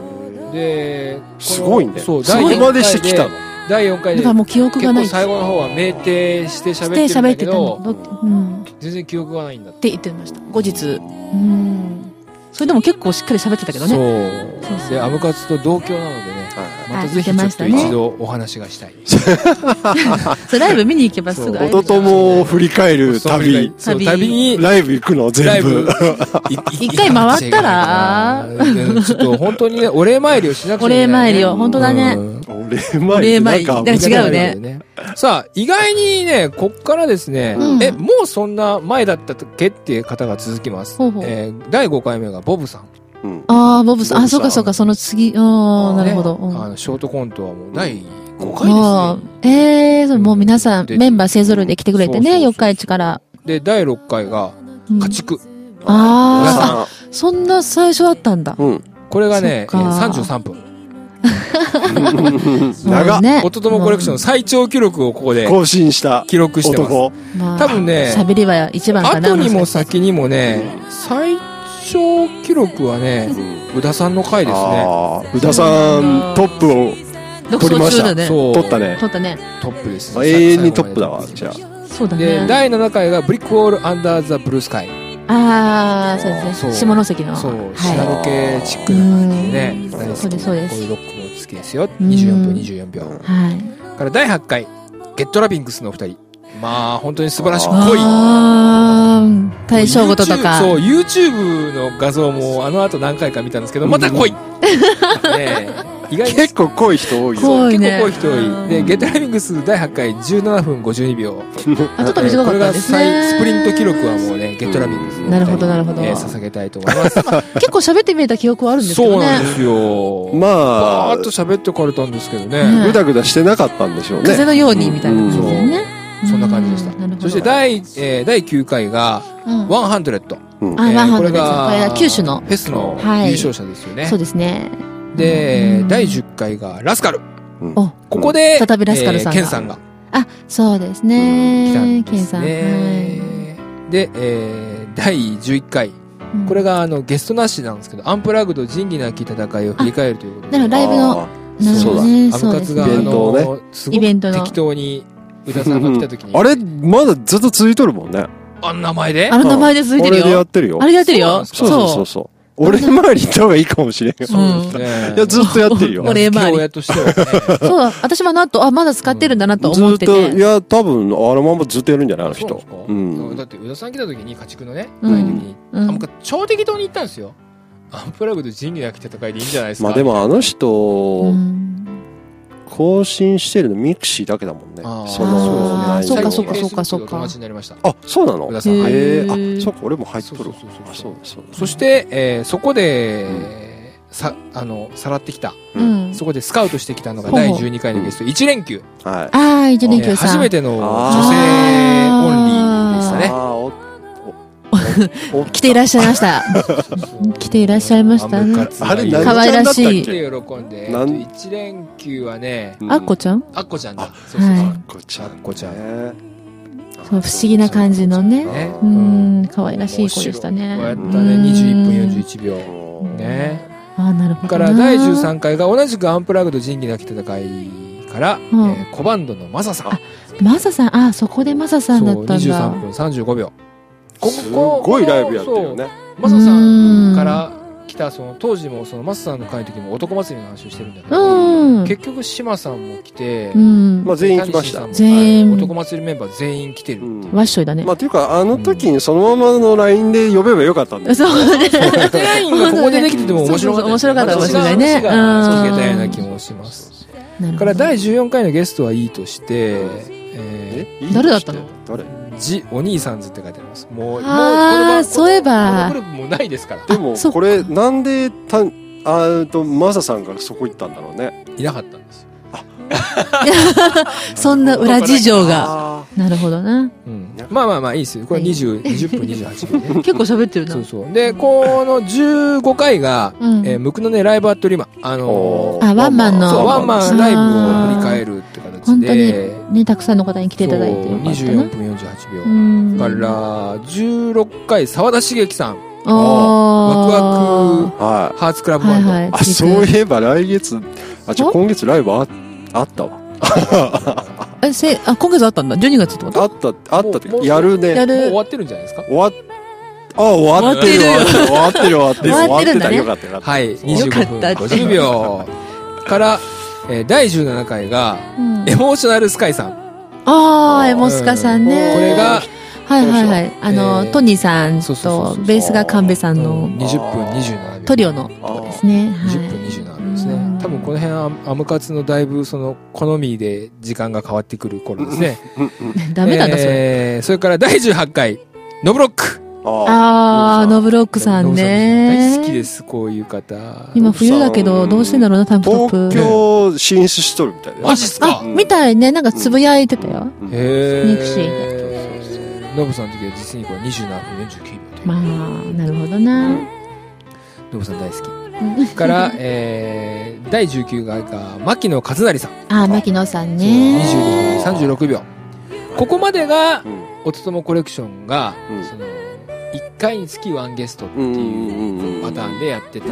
Speaker 1: でこの
Speaker 3: すごいね
Speaker 1: そう
Speaker 3: そこ
Speaker 1: 第四
Speaker 3: ま
Speaker 1: 回
Speaker 3: でしてきたの
Speaker 1: 第4回
Speaker 2: だ
Speaker 1: で
Speaker 2: からもう記憶
Speaker 1: 結
Speaker 2: がな
Speaker 1: 構
Speaker 2: い。
Speaker 1: 最後の方は酩酊して喋って
Speaker 2: して
Speaker 1: るん
Speaker 2: 喋
Speaker 1: だ
Speaker 2: って
Speaker 1: け
Speaker 2: たの
Speaker 1: ど
Speaker 2: どうん、っ
Speaker 1: 全然記憶がないんだって
Speaker 2: 言ってました後日うんそれでも結構しっかり喋ってたけどねそう
Speaker 1: そう
Speaker 2: そう
Speaker 1: でアムカツと同居なのでね
Speaker 3: は
Speaker 1: またぜひちょっと一度お話がしたい
Speaker 2: それライブ見に行けばす
Speaker 1: そう
Speaker 2: ぐ会
Speaker 3: い。
Speaker 2: える
Speaker 3: 音とも振り返る旅、
Speaker 1: そう
Speaker 2: 旅
Speaker 1: 旅に
Speaker 3: ライブ行くの
Speaker 1: ライ
Speaker 3: 全
Speaker 1: ブ
Speaker 3: 部。
Speaker 1: い
Speaker 2: 一回回ったら
Speaker 1: うんちょっと本当にねお礼参りをしなくちゃ
Speaker 2: お
Speaker 1: いけないね
Speaker 2: 礼参りを本当だね
Speaker 1: うん
Speaker 3: 俺
Speaker 2: 俺
Speaker 3: 前
Speaker 2: 前
Speaker 3: になん
Speaker 2: だ
Speaker 3: か
Speaker 2: か、違うね
Speaker 1: さあ、意外にね、こっからですね、
Speaker 2: うん
Speaker 1: え、もうそんな前だったっけっていう方が続きます。
Speaker 2: ほうほう
Speaker 1: えー第5回目がボブさん。
Speaker 3: うん
Speaker 2: ああボブさん
Speaker 3: ボブさん
Speaker 2: あそうかそうかその次ああなるほど、
Speaker 1: ね
Speaker 2: うん
Speaker 1: あの、ショートコントはもう第5回
Speaker 2: も
Speaker 1: で
Speaker 2: うええー、それもう皆さん
Speaker 1: で
Speaker 2: メンバー勢ぞろいで来てくれて
Speaker 1: そうそう
Speaker 2: ね
Speaker 1: そう
Speaker 2: 四日市から、
Speaker 1: すね。で、第6回が
Speaker 2: うん
Speaker 1: 家畜。
Speaker 2: ああそんな最初だったんだ
Speaker 3: うん。
Speaker 1: これがね、え
Speaker 2: そっか
Speaker 1: ー33分。
Speaker 3: 長っ
Speaker 2: ね
Speaker 1: おとともコレクションの最長記録をここで
Speaker 3: 更新した
Speaker 1: 記録してます。
Speaker 3: 男
Speaker 2: まあ
Speaker 1: 多分ね
Speaker 2: 喋りは一番かな。
Speaker 1: 後にも先にもね、最長記録はね、宇田さんの回ですね。
Speaker 3: ああ宇田さんトップを
Speaker 2: 独走中だね。
Speaker 1: そう。
Speaker 3: 取った。ね
Speaker 2: 取ったね。
Speaker 1: トップです。
Speaker 3: 永遠にトップだわじゃ
Speaker 2: そうだ
Speaker 1: で、
Speaker 2: ね。
Speaker 1: 第7回がブリックウォール・アンダー・ザ・ブルースカイ。
Speaker 2: ああ、そうです
Speaker 1: そう
Speaker 2: ね。下関の。
Speaker 1: そう、シナ
Speaker 2: は
Speaker 1: ロケチックな感じでね、大好き
Speaker 2: そうですそうです
Speaker 1: こういうロックも好きですよ。
Speaker 2: うん
Speaker 1: 24分、24秒。
Speaker 2: い。はい。
Speaker 1: から第8回、ゲットラビングスのお二人。まあ、本当に素晴らしく濃い。
Speaker 2: あー大正事とか。
Speaker 1: そう、YouTube の画像もあの後何回か見たんですけど、また濃い、 ねえ意
Speaker 3: あ
Speaker 1: 外に
Speaker 3: 結構濃い人多いよ
Speaker 2: 濃い
Speaker 1: 結
Speaker 2: ね
Speaker 1: 構濃い人多い。で、ゲットラビングス第8回17分52秒。
Speaker 2: あ、ちょっと短かったですね。
Speaker 1: えーこれが最スプリント記録はもうね、ゲットラビングスのお二人に
Speaker 2: なるほどなるほど
Speaker 1: えー捧げたいと思います。
Speaker 2: 結構喋ってみれた記憶はあるんですけ
Speaker 1: そ
Speaker 2: ど
Speaker 1: うなん
Speaker 2: ね。
Speaker 1: ですよ。
Speaker 3: ま
Speaker 1: バ
Speaker 3: あ
Speaker 1: ーッと喋ってかれたんですけどね。
Speaker 2: ね
Speaker 3: ぐだぐだしてなかったんでしょう
Speaker 2: 風
Speaker 3: ね
Speaker 2: のようにみたいな感じ
Speaker 1: そう
Speaker 2: でね。
Speaker 1: そんな感じでした
Speaker 2: うんなるほ。ど
Speaker 1: そして第、えー第9回が、
Speaker 2: う
Speaker 1: 100。
Speaker 2: んあ、
Speaker 3: うん
Speaker 1: えー
Speaker 2: ワンハン
Speaker 1: こ
Speaker 2: ド
Speaker 1: れ
Speaker 2: です。これ
Speaker 1: が
Speaker 2: が九州の。
Speaker 1: フェスの
Speaker 2: はい
Speaker 1: 優勝者ですよね。
Speaker 2: そうですね。
Speaker 1: で
Speaker 2: う、ん
Speaker 1: 第10回がラスカル。
Speaker 3: うん
Speaker 2: お、
Speaker 1: ここで、
Speaker 2: 再びラスカルさんが
Speaker 1: えーケンさんが
Speaker 2: あ、そうで
Speaker 1: 来
Speaker 2: す
Speaker 1: たん
Speaker 2: ね。
Speaker 1: ですね。
Speaker 2: ケンさん。はい。
Speaker 1: で、えー第11回。
Speaker 2: うん
Speaker 1: これがあのゲストなしなんですけど、アンプラグド仁義なき戦いを振り返るということで。
Speaker 2: なるほどライブの
Speaker 3: あ
Speaker 2: なるほどね。
Speaker 1: ア
Speaker 2: そ
Speaker 1: ム
Speaker 2: う
Speaker 1: カ
Speaker 2: で
Speaker 1: ツ
Speaker 2: す
Speaker 1: が、
Speaker 2: ね
Speaker 1: あ。
Speaker 3: イベントをね
Speaker 1: の、すご
Speaker 2: イベント
Speaker 1: く
Speaker 2: の
Speaker 1: 適当に、宇田さんが来た時に、
Speaker 3: ーあれまだずっと続いとるもんね
Speaker 1: あんな名前で
Speaker 2: あの名前で続いてる
Speaker 3: 俺でや
Speaker 2: よ
Speaker 3: っ。てるよ
Speaker 2: あれでやってるよ。
Speaker 1: そ
Speaker 3: そううそうそうそう俺回り行った方がいいかもしれんよ
Speaker 2: うん
Speaker 1: ねえ
Speaker 3: いやずっとやってる よ
Speaker 2: 俺
Speaker 1: 名付け親としてはね。
Speaker 2: そうだ、私はなんと、あ、まだ使ってるんだなと思っ
Speaker 3: ず
Speaker 2: て
Speaker 3: っとい
Speaker 2: て。
Speaker 3: や多分あのままずっとやるんじゃないあの
Speaker 1: そうなんです
Speaker 3: 人
Speaker 1: か
Speaker 3: うん
Speaker 1: だって宇田さん来た時に家畜のね、
Speaker 2: うん
Speaker 1: 来た時に、
Speaker 2: うん
Speaker 1: あ僕超適当に言ったんですよ。アンプラグド仁義なき戦いでいいんじゃないですか。
Speaker 3: まあでもあの人
Speaker 2: うん
Speaker 3: 更新してるのミクシーだけだもんね
Speaker 1: あー
Speaker 3: その
Speaker 2: あー
Speaker 3: 内容が
Speaker 2: そうかそうかそう
Speaker 1: 最近 Facebook で
Speaker 2: か
Speaker 1: お友達になりました。
Speaker 3: あそうなの
Speaker 1: 宇田さん。
Speaker 2: へー
Speaker 1: はい
Speaker 3: え
Speaker 2: へ
Speaker 3: ー、
Speaker 2: ー
Speaker 3: あそうか俺も入っとるわ
Speaker 1: そうそうそうそう
Speaker 3: あそうだそうだ
Speaker 1: そして、えーそこで、さ、あの、さらってきた、
Speaker 2: う。
Speaker 3: うん
Speaker 1: そこでスカウトしてきたのが
Speaker 2: ほう
Speaker 1: 第12回のゲスト、1連休。
Speaker 3: はい
Speaker 2: あー、一年
Speaker 1: えー
Speaker 2: 級さん。
Speaker 1: 初めての女性オンリーでしたね
Speaker 3: あ。ー おおおお
Speaker 2: 来ていらっしゃいました。来ていらっしゃいましたね
Speaker 3: あれ
Speaker 2: か
Speaker 3: 何
Speaker 2: わいらしい
Speaker 3: ちゃんだ
Speaker 1: っ
Speaker 3: ったっけ
Speaker 1: て喜んで、
Speaker 3: なん
Speaker 1: 1連休はね、
Speaker 3: うん
Speaker 2: あっこちゃん
Speaker 1: あっこちゃんだ。そうそうそう
Speaker 2: はい
Speaker 3: あっこちゃんね
Speaker 1: あっこちゃん
Speaker 2: そう不思議な感じのね。
Speaker 1: ね
Speaker 2: う
Speaker 1: うん
Speaker 2: ん、可愛らしい子でしたね。
Speaker 1: こうやったね、
Speaker 2: うん
Speaker 1: 21分41秒。
Speaker 3: もう
Speaker 1: ね。
Speaker 2: あー、な
Speaker 1: だ
Speaker 2: るほ
Speaker 1: か
Speaker 2: どな。
Speaker 1: ら第13回が同じくアンプラグド仁義なき戦いから、
Speaker 2: うん
Speaker 1: えー小バンドのマサさん。
Speaker 2: マサさん、あー、そこでマサさんだったん
Speaker 1: 23
Speaker 2: だ。
Speaker 1: 分35秒。ここ
Speaker 3: すっごいライブやってるよ。ね
Speaker 1: そうマサさん
Speaker 2: うん
Speaker 1: から来た、その当時もそのマサさんの会の時も男祭りの話をしてるんだけど、
Speaker 2: うん。
Speaker 1: 結局島さんも来て
Speaker 2: う、ん
Speaker 3: ま。あ全員来まし
Speaker 1: 谷氏
Speaker 3: た
Speaker 1: さんも
Speaker 2: 全員
Speaker 1: はい男祭りメンバー全員来てる。
Speaker 3: うん
Speaker 2: ワッショイだね
Speaker 3: ま。あっていうかあの時にそのままの LINE で呼べばよかったんだよ
Speaker 2: そうね。
Speaker 1: ラインがここでできてても面白かった。
Speaker 2: 面白かったかもしれないね
Speaker 1: 私が
Speaker 2: うん
Speaker 1: そう続けたような気もします。
Speaker 2: なる
Speaker 1: か
Speaker 2: ほ
Speaker 1: ら
Speaker 2: ど。
Speaker 1: 第14回のゲストはいいとして、え
Speaker 3: えいい
Speaker 2: 誰だったの
Speaker 3: 誰
Speaker 1: ー、ジ・お兄さんズって書いてあります。もう、もうこの
Speaker 2: あー
Speaker 1: 番
Speaker 2: そういえば
Speaker 1: このグループもうないですから。
Speaker 3: でも
Speaker 2: あそうか
Speaker 3: これなんでたんあーとマサさんがそこ行ったんだろうね
Speaker 1: いなかったんですよ。
Speaker 2: そんな裏事情が。
Speaker 3: あ
Speaker 2: なるほどな。
Speaker 1: うん。まあまあまあいいですよ。これ20、20分28秒 ね。
Speaker 2: 結構喋ってるな。
Speaker 1: そうそう。で、この15回が、
Speaker 2: うん
Speaker 1: えー、ムクのね、ライブアットリマ。あの
Speaker 3: ー
Speaker 2: あワンマン
Speaker 1: ー、
Speaker 2: の
Speaker 1: そう、
Speaker 2: あ
Speaker 1: ワンマンライブを振り返るって形
Speaker 2: 本当に
Speaker 1: で、
Speaker 2: ね、たくさんの方に来ていただいて
Speaker 1: そう
Speaker 2: よかっ
Speaker 1: 24
Speaker 2: た
Speaker 1: 分48秒。
Speaker 2: な。
Speaker 1: だから、16回、沢田茂樹さん、
Speaker 2: ら、ワ
Speaker 1: ワクワ
Speaker 3: ーはい
Speaker 1: ハーツクラブ
Speaker 2: は
Speaker 1: バ
Speaker 2: い
Speaker 1: ンド。
Speaker 2: はい。
Speaker 3: あそういえば来月あじゃ
Speaker 2: お
Speaker 3: 今月ライブああったわ
Speaker 2: え、せ、あ、今月あったんだ。12月ってこ
Speaker 3: あ
Speaker 2: と
Speaker 3: ったあったって
Speaker 1: もう
Speaker 3: やる
Speaker 2: や
Speaker 1: もう終
Speaker 3: ね
Speaker 2: る。
Speaker 1: わってるんじゃないですか
Speaker 3: 終わっあ終わってる
Speaker 2: 終わって
Speaker 3: 終わってる終わって
Speaker 2: 終
Speaker 3: る終わってる
Speaker 2: わってるんだね
Speaker 3: よかったよかった
Speaker 1: はい、
Speaker 2: よか
Speaker 1: 25
Speaker 2: っ
Speaker 1: 分
Speaker 2: た
Speaker 1: 50秒から、えー第17回が、
Speaker 2: うん
Speaker 1: エモーショナルスカイさん。
Speaker 2: ああ、エモスカさんね。
Speaker 1: これが、
Speaker 2: はいはいはい。あ
Speaker 1: えー
Speaker 2: の、トニーさん
Speaker 1: そうそうそう
Speaker 2: と
Speaker 1: そう、
Speaker 2: ベースが神戸さん
Speaker 1: うん
Speaker 2: の
Speaker 1: 20分27秒。
Speaker 2: トリオの
Speaker 3: あー
Speaker 2: ですね。はい
Speaker 1: 20分27秒ですね。多分この辺はアムカツのだいぶその好みで時間が変わってくる頃ですね。
Speaker 2: ダメなんだ、それ。
Speaker 1: えーそれから第18回、ノブロック。
Speaker 3: あ
Speaker 2: ああ、
Speaker 3: ノ
Speaker 2: ノブロックさんね。
Speaker 1: 大好きです、こういう方。
Speaker 2: 今冬だけ
Speaker 3: う
Speaker 2: ど、
Speaker 3: ん
Speaker 2: どうしてんだろうな、タン
Speaker 3: ー
Speaker 2: プトッ
Speaker 3: 東
Speaker 2: プ。
Speaker 3: 京進出しとるみたいだよ
Speaker 1: マジっすか
Speaker 2: あ、みたいね。なんかつぶやいてたよ。
Speaker 1: へ
Speaker 2: ミクシ
Speaker 1: ーで。ノブさんの時は実にこれ27分49秒という。
Speaker 2: まあ、なるほどな。
Speaker 1: ノブさん大好き。から、えー第19回が牧野勝成さん、
Speaker 2: あー、牧野さん
Speaker 3: そう
Speaker 2: ね。
Speaker 1: 25分36秒ここまでが
Speaker 3: うん
Speaker 1: おつともコレクションが、
Speaker 3: うん
Speaker 1: その1回につきワンゲストって
Speaker 3: う
Speaker 1: い
Speaker 3: ん
Speaker 1: う
Speaker 3: うんうんうん
Speaker 1: パターンでやってた時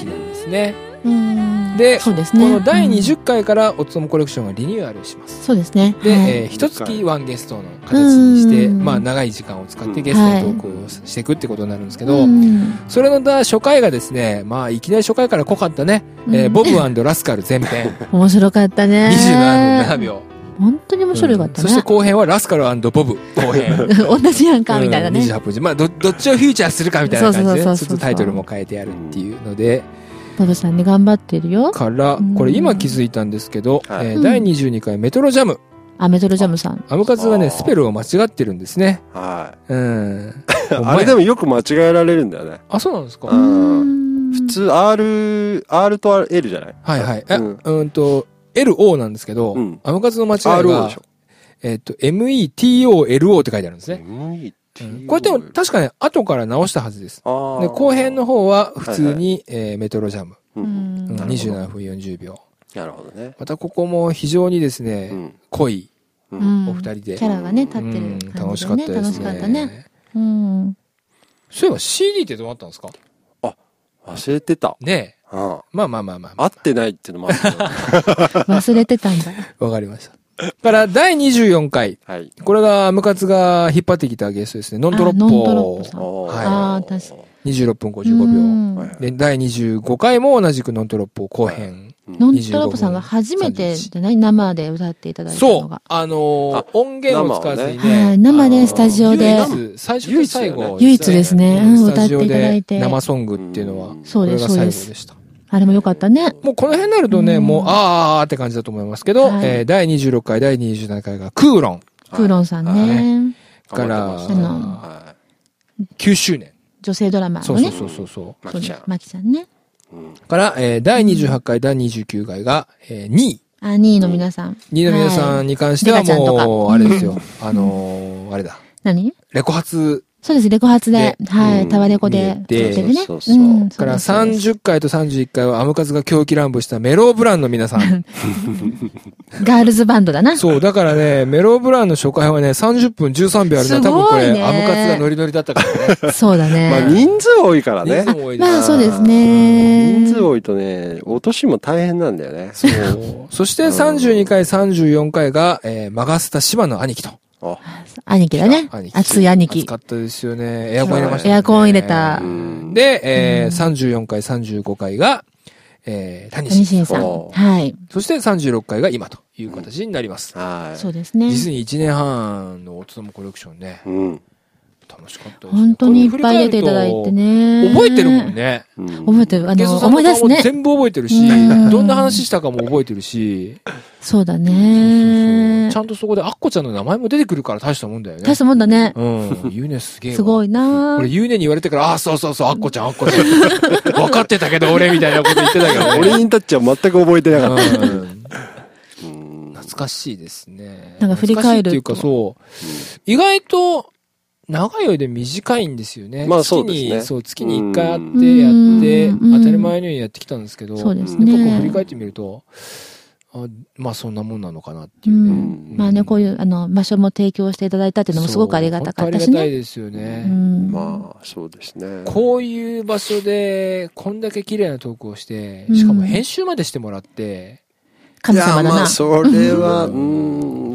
Speaker 1: 期なんですね、
Speaker 2: うん
Speaker 1: で
Speaker 2: そうです
Speaker 1: こ
Speaker 2: ね。
Speaker 1: の第
Speaker 2: うん
Speaker 1: 20回からおつともコレクションがリニューアルします
Speaker 2: そうですね。
Speaker 1: で、
Speaker 2: はい
Speaker 1: えー、一月ワンゲストの形にして、
Speaker 2: うん
Speaker 1: まあ、長い時間を使ってゲストのトークをしていくってことになるんですけど、
Speaker 2: うん
Speaker 1: それのだ初回がですね、まあ、いきなり初回から濃かったね、えー
Speaker 2: うん
Speaker 1: ボブラスカル前 編
Speaker 2: 面白かったね。
Speaker 1: 27分7秒。
Speaker 2: 本当に面白かった
Speaker 1: うんそして
Speaker 2: ね。
Speaker 1: 後編はラスカルボブ後編。
Speaker 2: 同じやんか、みたいなね
Speaker 1: うん。28分。まあ、ど、どっちをフューチャーするかみたいな感じでね、ち
Speaker 2: そ
Speaker 1: ょ
Speaker 2: う
Speaker 1: っ
Speaker 2: そうそうそう
Speaker 1: とタイトルも変えてやるっていうので、
Speaker 2: ボブさんね、頑張ってるよ。
Speaker 1: から
Speaker 2: うん、
Speaker 1: これ今気づいたんですけど、
Speaker 3: はい
Speaker 1: え
Speaker 2: う
Speaker 1: ー
Speaker 2: ん
Speaker 1: 第22回メトロジャム。
Speaker 2: あ、メトロジャムさん。
Speaker 1: アムカツは
Speaker 3: あ
Speaker 1: ね、
Speaker 3: ー
Speaker 1: スペルを間違ってるんですね。
Speaker 3: は
Speaker 1: うん。
Speaker 3: い。 あれでもよく間違えられるんだよね。
Speaker 1: あ、そうなんですか
Speaker 3: う
Speaker 1: は
Speaker 3: ん普
Speaker 2: 普。
Speaker 3: 通 R、R と L じゃない
Speaker 1: いはい。え、
Speaker 3: うん
Speaker 1: うんと、LO なんですけど
Speaker 3: うん、
Speaker 1: アムカツの間違い
Speaker 3: ?RO
Speaker 1: が
Speaker 3: でし、ょ。
Speaker 1: えっと、METOLO って書いてあるんですね。
Speaker 3: ME
Speaker 1: うんこれでも確かね、後から直したはずです。
Speaker 3: あー
Speaker 1: で、後編の。方は普通に、えーメトロジャム。
Speaker 3: う
Speaker 2: うん
Speaker 1: うん
Speaker 2: ん
Speaker 3: なるほど
Speaker 1: 27分40秒。
Speaker 3: なるほどね。
Speaker 1: またここも非常にですね、
Speaker 3: うん
Speaker 1: 濃い
Speaker 2: うん
Speaker 1: お二人で。
Speaker 2: キャラがね、立って
Speaker 1: う
Speaker 2: る
Speaker 1: ん
Speaker 2: 感
Speaker 1: 楽
Speaker 2: じ
Speaker 1: し
Speaker 2: で
Speaker 1: かった
Speaker 2: ね。
Speaker 1: で
Speaker 2: 楽
Speaker 1: す
Speaker 2: し
Speaker 1: ね。
Speaker 2: かったね。 うん。
Speaker 1: そういえば CD ってどうなったんですか
Speaker 3: 忘れてた。
Speaker 1: ねえ。
Speaker 3: うん
Speaker 1: まあまあまあまあ。
Speaker 3: 合ってないっていうのもある けど
Speaker 2: 忘れてたんだ。
Speaker 1: わかりました。だから第24回。
Speaker 3: はい。
Speaker 1: これが、ムカツが引っ張ってきたゲストですね。ノントロッ
Speaker 2: あノント
Speaker 1: ポ
Speaker 2: ロッポ。さん
Speaker 3: おー
Speaker 1: はい
Speaker 2: あー確か
Speaker 1: 26分
Speaker 2: う
Speaker 1: 55
Speaker 2: ん
Speaker 3: はい
Speaker 1: 秒。で、第25回も同じくノントロッポ後編。
Speaker 2: ノントロップさんが初めてじゃない生で歌っていただいた
Speaker 1: そ
Speaker 2: の
Speaker 1: う
Speaker 2: が。
Speaker 1: あのー
Speaker 3: あ
Speaker 1: 音源を使わずに
Speaker 3: 生
Speaker 2: をねは
Speaker 1: ね。
Speaker 2: い生でスタジオで
Speaker 1: あのー唯一最初と最後。
Speaker 2: 唯一ですね。
Speaker 1: う
Speaker 2: うんん
Speaker 1: ス
Speaker 2: 歌
Speaker 1: タ
Speaker 2: っ
Speaker 1: ジ
Speaker 2: て
Speaker 1: オ
Speaker 2: いただい
Speaker 1: で
Speaker 2: て。
Speaker 1: 生ソングっていうのは、
Speaker 2: そうです
Speaker 1: これが最後で
Speaker 2: そうで
Speaker 1: した。
Speaker 2: あれも良かったね。
Speaker 1: もうこの辺になるとね、
Speaker 2: うん
Speaker 1: もう、あーって感じだと思いますけど、
Speaker 2: はい
Speaker 1: えー第26回、第27回がクーロン
Speaker 2: クーロンさんね。
Speaker 1: から、
Speaker 3: 頑張っ
Speaker 2: あ
Speaker 3: てますね
Speaker 2: の
Speaker 3: は
Speaker 1: 9周年。
Speaker 2: 女性ドラマ
Speaker 1: そ
Speaker 2: の
Speaker 1: うそ
Speaker 2: ね
Speaker 1: う。そうそうそ
Speaker 3: い。
Speaker 2: そ
Speaker 3: マ
Speaker 2: う
Speaker 3: キ
Speaker 2: で
Speaker 3: ちゃ
Speaker 2: す
Speaker 3: ん。
Speaker 2: マキちゃんね。
Speaker 3: うん
Speaker 1: う。から、えー第28回、第29回が、えー2位。
Speaker 2: あ、2位の皆さん。
Speaker 1: 2位の皆
Speaker 2: は
Speaker 1: さ
Speaker 2: い。
Speaker 1: んに関しては
Speaker 2: リカちゃんとか
Speaker 1: もう、あれですよ。あのー、あれだ。
Speaker 2: 何
Speaker 1: レコ発
Speaker 2: そうです、レコ発で。は
Speaker 3: う
Speaker 2: い、
Speaker 3: ん
Speaker 2: タワレコで。
Speaker 1: 見れて
Speaker 2: 撮ってね
Speaker 3: そうそうそうん
Speaker 1: から
Speaker 2: そうです
Speaker 1: 30回と31回はアムカズが狂気乱舞したメローブランの皆さ ん。
Speaker 2: ガールズバンドだな。
Speaker 1: そう、だからね、メローブランの初回はね、30分13秒あるな。多分これ、
Speaker 2: すごいね
Speaker 1: アムカツがノリノリだったからね。
Speaker 2: そうだ
Speaker 3: まあ
Speaker 2: ね。
Speaker 3: 人数多いからね
Speaker 1: 人。数も多いです
Speaker 2: まあそうです
Speaker 3: う
Speaker 2: ね。
Speaker 3: ん人数多いとね、落としも大変なんだよね。
Speaker 1: そう。そして32回、34回が、えー、マガスタ島の兄貴と。
Speaker 3: あ
Speaker 2: 兄貴だね
Speaker 1: 兄。貴
Speaker 2: 熱い兄貴
Speaker 1: 暑か。ったですよね。エアコン入れました、ね。
Speaker 2: エアコン入れた
Speaker 1: うんで、えー、34回、35回が、えー、谷
Speaker 2: 谷
Speaker 1: シ
Speaker 2: 新さん。
Speaker 3: お
Speaker 2: はい。
Speaker 1: そして36回が今という形になります。
Speaker 3: は
Speaker 2: そう
Speaker 3: い。
Speaker 2: ですね。
Speaker 1: 実に1年半のおつともコレクションね。
Speaker 3: うん。
Speaker 1: 楽しかったですね。
Speaker 2: 本当にいっぱい出ていただいて
Speaker 1: これ
Speaker 2: ね。
Speaker 1: 振り返ると。覚えてるもん。ね。
Speaker 3: うん
Speaker 2: 覚えてる。あ
Speaker 1: ゲスト
Speaker 2: の、
Speaker 1: さん
Speaker 2: 思い出
Speaker 1: と
Speaker 2: す
Speaker 1: かも
Speaker 2: ね。
Speaker 1: 全部覚えてるし、
Speaker 2: うん
Speaker 1: どんな話したかも覚えてるし、
Speaker 2: そうだ
Speaker 1: そう
Speaker 2: ね
Speaker 1: ち。ゃんとそこでアッコちゃんの名前も出てくるから大したもんだよね。
Speaker 2: 大したもんだね。
Speaker 1: うん。ユーネすげえわ。
Speaker 2: すごいな
Speaker 1: 俺、ユーネに言われてから、ああ、そうそうそう、アッコちゃん、アッコちゃん。 分かってたけど、俺、みたいなこと言ってたけど、
Speaker 3: 俺にたっちは全く覚えてなかった。
Speaker 1: うん
Speaker 3: うん
Speaker 1: 懐かしいですね。
Speaker 2: なんか振り返
Speaker 1: 懐かしいっ
Speaker 2: る
Speaker 1: ていうか、そう。意外と、長いようで短いんですよね。
Speaker 3: まあそうですね
Speaker 1: 月にそう、月に一回あっ
Speaker 3: うん
Speaker 1: て、やって、
Speaker 2: うん
Speaker 1: 当たり前のようにやってきたんですけど、
Speaker 2: そうです
Speaker 1: やっぱこう振り
Speaker 2: ね。
Speaker 1: 返ってみると、あまあそんなもんなのかなっていう
Speaker 2: う
Speaker 1: ね。
Speaker 2: んまあね、こういう、あの、場所も提供していただいたっていうのもすごくありがたかったし
Speaker 1: そう本当ありがたい
Speaker 2: ね。
Speaker 1: ですよ
Speaker 2: う
Speaker 1: ね。
Speaker 2: ん。
Speaker 3: まあ、そうですね。
Speaker 1: こういう場所で、こんだけ綺麗なトークをして、しかも編集までしてもらって、
Speaker 2: 神様
Speaker 3: いや
Speaker 2: だ
Speaker 3: ま
Speaker 2: な
Speaker 3: あ、。それは、
Speaker 1: う
Speaker 3: う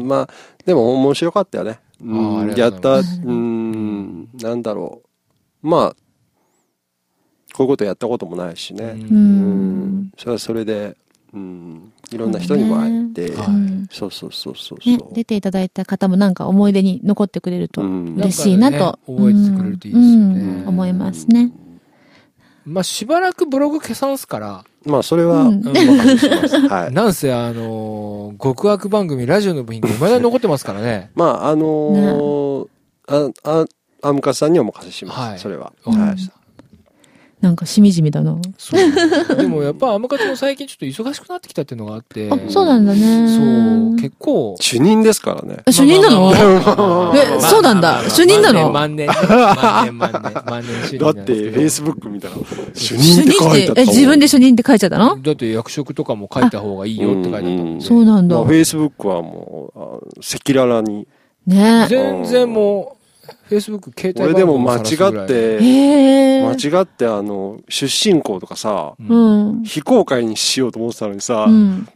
Speaker 3: んん、まあ、でも面白かったよね。うん
Speaker 1: あーあり
Speaker 3: や
Speaker 1: がと
Speaker 3: っ
Speaker 1: う
Speaker 3: た、
Speaker 1: ご
Speaker 3: う
Speaker 1: ざ
Speaker 2: います
Speaker 3: ん、なんだろう。まあ、こういうことやったこともないし
Speaker 1: う
Speaker 3: ね。
Speaker 2: うんん。
Speaker 3: それはそれで、うん、いろんな人にも会えて、
Speaker 1: そう
Speaker 2: う
Speaker 1: ね
Speaker 2: ん
Speaker 3: そうそうそうそうそう。
Speaker 2: ね、出ていただいた方もなんか思い出に残ってくれると
Speaker 3: うん
Speaker 2: 嬉しいなと。
Speaker 1: なんかね覚えてくれるといいですよね
Speaker 2: うんうん思いますね。
Speaker 1: まあしばらくブログ消さんすから、
Speaker 3: まあ、それは、
Speaker 2: う
Speaker 3: うんんわかります はい。。
Speaker 1: なんせあのー極悪番組、ラジオの部品が未だに残ってますからね
Speaker 3: まあ、あのーあ、あ、アムカさんにお任せします。
Speaker 1: はい
Speaker 3: それは。
Speaker 1: わかりました。
Speaker 2: なんかしみじみだな。
Speaker 1: そう。でもやっぱアムカツも最近ちょっと忙しくなってきたっていうのがあって。
Speaker 2: あ、そうなんだ
Speaker 1: そう
Speaker 2: ね。
Speaker 1: 結構。
Speaker 3: 主任ですからね
Speaker 2: え主任なの
Speaker 1: まあまあまあまあ
Speaker 2: え
Speaker 1: まあ
Speaker 2: そうなんだ
Speaker 1: まあまあ
Speaker 2: 主任なの
Speaker 1: 万年、万年、万年、万年万年主任な
Speaker 3: だっ
Speaker 1: んです
Speaker 3: て
Speaker 1: け
Speaker 3: フ
Speaker 1: ど
Speaker 3: ェイスブック見たら主
Speaker 2: 主
Speaker 3: 任って書い
Speaker 2: 任
Speaker 3: てあ
Speaker 2: っ、
Speaker 3: ってた
Speaker 2: え、自分で主任って書いちゃったの
Speaker 1: だって役職とかも書いた方がいいよって書いてあったんで
Speaker 2: そうなんだ
Speaker 3: フ。ェイスブックはもうあ赤裸々に
Speaker 2: ね
Speaker 1: 全然もう、Facebook 携帯
Speaker 3: 俺でも間違っ
Speaker 2: え。
Speaker 3: て
Speaker 2: へえ。
Speaker 3: 間違ってあの出身校とかさ
Speaker 2: うん。
Speaker 3: 非公開にしようと思ってたのにさ、
Speaker 2: うん。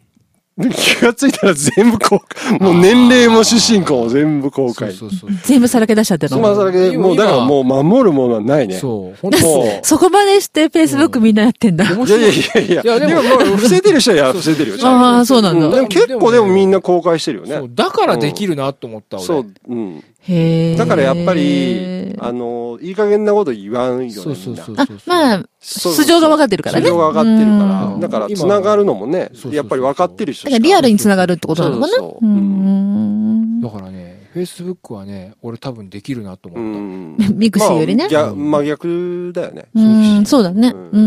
Speaker 3: 気がついたら全部公開もう年齢も出身校も全部公開
Speaker 1: そうそう
Speaker 2: 全部さらけ出しちゃってる
Speaker 3: そ
Speaker 1: そ
Speaker 3: の
Speaker 1: う
Speaker 2: の
Speaker 3: まさだけ
Speaker 1: 今
Speaker 3: もうだからもう守るものはないね
Speaker 1: そう。そう、本
Speaker 3: もう
Speaker 1: 当
Speaker 2: そこまでして、Facebook みんなやってんだ。
Speaker 1: 面
Speaker 3: いやい
Speaker 1: 白
Speaker 3: や
Speaker 1: い。
Speaker 3: いやいや
Speaker 1: いやで
Speaker 3: で
Speaker 1: も
Speaker 3: ももう伏せてる人はや伏 せてるよちゃん
Speaker 2: ああ、そうなん
Speaker 3: と、うん、で
Speaker 2: だ。
Speaker 3: も結構でもみんな公開してるよね
Speaker 1: そう、だからできるなと思った、俺。
Speaker 3: そう、うん。
Speaker 2: へえ。
Speaker 3: だからやっぱり、あの、いい加減なこと言わんよね。
Speaker 1: そうそうそう
Speaker 3: みんな
Speaker 2: あ
Speaker 1: そう、
Speaker 2: まあ、
Speaker 3: そう
Speaker 2: 素性が分かってるからね
Speaker 3: 素性が分かってるか
Speaker 1: う
Speaker 3: ら。
Speaker 1: ん
Speaker 3: だから、つながるのも
Speaker 1: そう
Speaker 3: ね
Speaker 1: そうそう、
Speaker 3: やっぱり分かってる人
Speaker 2: だ
Speaker 3: し
Speaker 2: か
Speaker 3: から
Speaker 2: リアルにつながるってことなのか
Speaker 3: そ
Speaker 2: な
Speaker 3: うそう
Speaker 2: ー
Speaker 3: ううん
Speaker 2: ん
Speaker 1: だ。からね、Facebook はね、俺多分できるなと
Speaker 3: う
Speaker 1: 思っ
Speaker 3: ん。
Speaker 2: ミクシーよりね。
Speaker 3: まあ逆真逆だよね。
Speaker 2: うーん、そうだね。う
Speaker 3: うん
Speaker 2: ー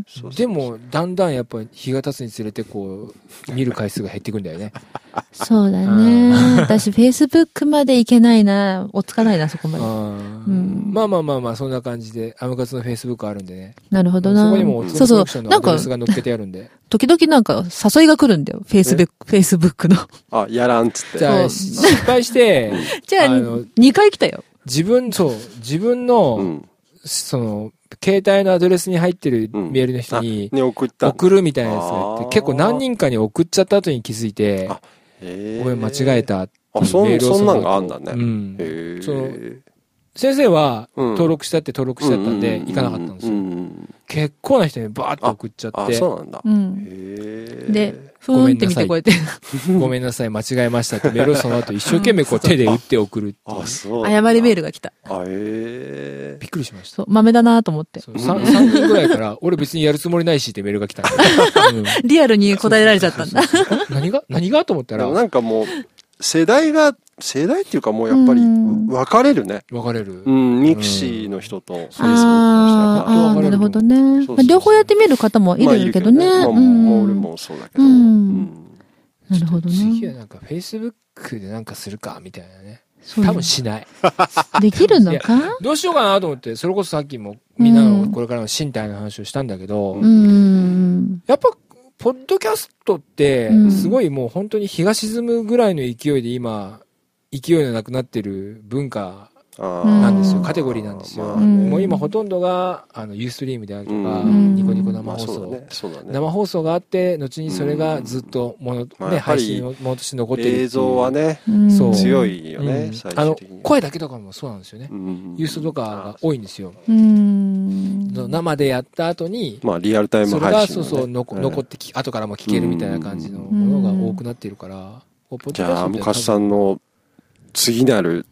Speaker 2: ん。
Speaker 1: た。
Speaker 3: そうそう
Speaker 1: でも、だんだんやっぱり日が経つにつれて、こう、見る回数が減っていくんだよ ね。
Speaker 2: そうだ
Speaker 1: う
Speaker 2: ね。私、Facebook までいけないな。おっつかないな、そこまで。
Speaker 1: あ
Speaker 2: うん
Speaker 1: まあまあまあまあ、そんな感じで、アムカツの Facebook あるんでね。
Speaker 2: なるほどな。
Speaker 1: そこにも、
Speaker 2: そうそう。な
Speaker 1: なんんか、
Speaker 2: か
Speaker 1: アドレ、スが載っけてあるんで。
Speaker 2: 時々なんか誘いが来るんだよ。Facebook、Facebook の。
Speaker 3: あ、やらんっつっ
Speaker 1: じ
Speaker 3: て。
Speaker 1: ゃ
Speaker 2: う
Speaker 1: あ、
Speaker 2: ん
Speaker 1: 失敗して、
Speaker 2: じゃあ、
Speaker 1: あの
Speaker 2: 2回来たよ。
Speaker 1: 自分、そう、自分の、
Speaker 3: うん。
Speaker 1: その、携帯のアドレスに入ってるメールの人に、
Speaker 3: ね、送った。
Speaker 1: 送るみたいなやつがあって
Speaker 3: あー
Speaker 1: 結構何人かに送っちゃった後に気づいて、
Speaker 3: あへえ
Speaker 1: ごめん、間違え。たっていう
Speaker 3: あ、そ
Speaker 1: メー
Speaker 3: ん、
Speaker 1: ルを
Speaker 3: そんなんがあ
Speaker 1: そ
Speaker 3: ん
Speaker 1: の後
Speaker 3: だね。
Speaker 1: うん
Speaker 3: へえ
Speaker 1: その先生は、
Speaker 3: うん
Speaker 1: 登録したって登録しちゃったんで、行かなかったんです
Speaker 3: う
Speaker 1: よ。
Speaker 3: ん
Speaker 1: 結構な人にバーッと送っちゃっ
Speaker 3: あ、
Speaker 1: て、
Speaker 3: そうなんだ
Speaker 2: う。ん。
Speaker 3: へえ
Speaker 2: で、、ふーんって見てこうやって、
Speaker 1: ごめんなさい、間違えましたってメールをその後一生懸命こう手で打って送るっていう
Speaker 3: あ、そう。
Speaker 2: 謝りメー
Speaker 3: ル。
Speaker 2: ルが来た。
Speaker 3: あ、へえ
Speaker 1: びっくりしました。
Speaker 2: そう、豆だなと思って。
Speaker 1: そうさん3人ぐらいから、俺別にやるつもりないしってメールが来 たんでうん
Speaker 2: リアルに答えられちゃったんだ。
Speaker 1: 何が何がと思った
Speaker 3: で
Speaker 1: ら、
Speaker 3: もなんかもう、世代が、世代っていうかもうやっぱり
Speaker 2: うん
Speaker 3: 分かれるね。
Speaker 1: 別れる
Speaker 3: う。ん、ミクシーの人と、フェイスブックの人
Speaker 2: あーあー、なるほどね。
Speaker 3: そうそうそう
Speaker 2: まあ両方やってみる方もいるけどね。
Speaker 3: まあ、
Speaker 2: う
Speaker 3: もう俺
Speaker 2: ん。
Speaker 3: もそうだけど。
Speaker 2: う
Speaker 3: うんん
Speaker 2: なるほど
Speaker 1: 次は
Speaker 2: ね。
Speaker 1: なんか Facebook でなんかするかみたいなね。
Speaker 2: そう
Speaker 1: 多分しない。
Speaker 2: できるのか
Speaker 1: どうしようかなと思って、それこそさっきもみんなのこれからの身体の話をしたんだけど、
Speaker 2: うん。
Speaker 1: やっぱ、ポッドキャストって
Speaker 2: う、ん
Speaker 1: すごいもう本当に日が沈むぐらいの勢いで今、勢いのなくなってる文化
Speaker 3: あー
Speaker 1: なんですよ。カテゴリーなんですよ。
Speaker 3: まあ
Speaker 2: うん
Speaker 1: もう今ほとんどが、あの、ユーストリームであるとか、
Speaker 2: うん
Speaker 1: ニコニコ
Speaker 3: ま
Speaker 1: 生
Speaker 3: あ
Speaker 1: 放
Speaker 3: そう
Speaker 1: 送
Speaker 3: だ。ね。そうだね。
Speaker 1: 生放送があって、後にそれがずっともの、
Speaker 3: まあ
Speaker 1: ね、
Speaker 3: やっぱ
Speaker 1: 配
Speaker 3: り
Speaker 1: 信をものとして残ってるっていう。
Speaker 3: 映像はね、
Speaker 2: うん
Speaker 1: そう
Speaker 3: 強。いよ
Speaker 1: う
Speaker 3: ね
Speaker 1: ん、
Speaker 3: 最
Speaker 1: あ
Speaker 3: 終
Speaker 1: の
Speaker 3: 的に。
Speaker 1: 声だけとかもそうなんですよね、
Speaker 3: うん
Speaker 1: ユーストとかが多いんですよ、
Speaker 2: うん。
Speaker 1: その生でやった後に、
Speaker 3: まあ、リアルタイム
Speaker 1: それが
Speaker 3: 配信
Speaker 1: そ
Speaker 3: の
Speaker 1: う
Speaker 3: ね。
Speaker 1: そう残
Speaker 3: うん
Speaker 1: 残ってき後からも聞けるみたいな感じのものが多くなっているから、こうポッドキ
Speaker 3: じ
Speaker 1: ャストって
Speaker 3: ゃあ、昔さんの次 なる、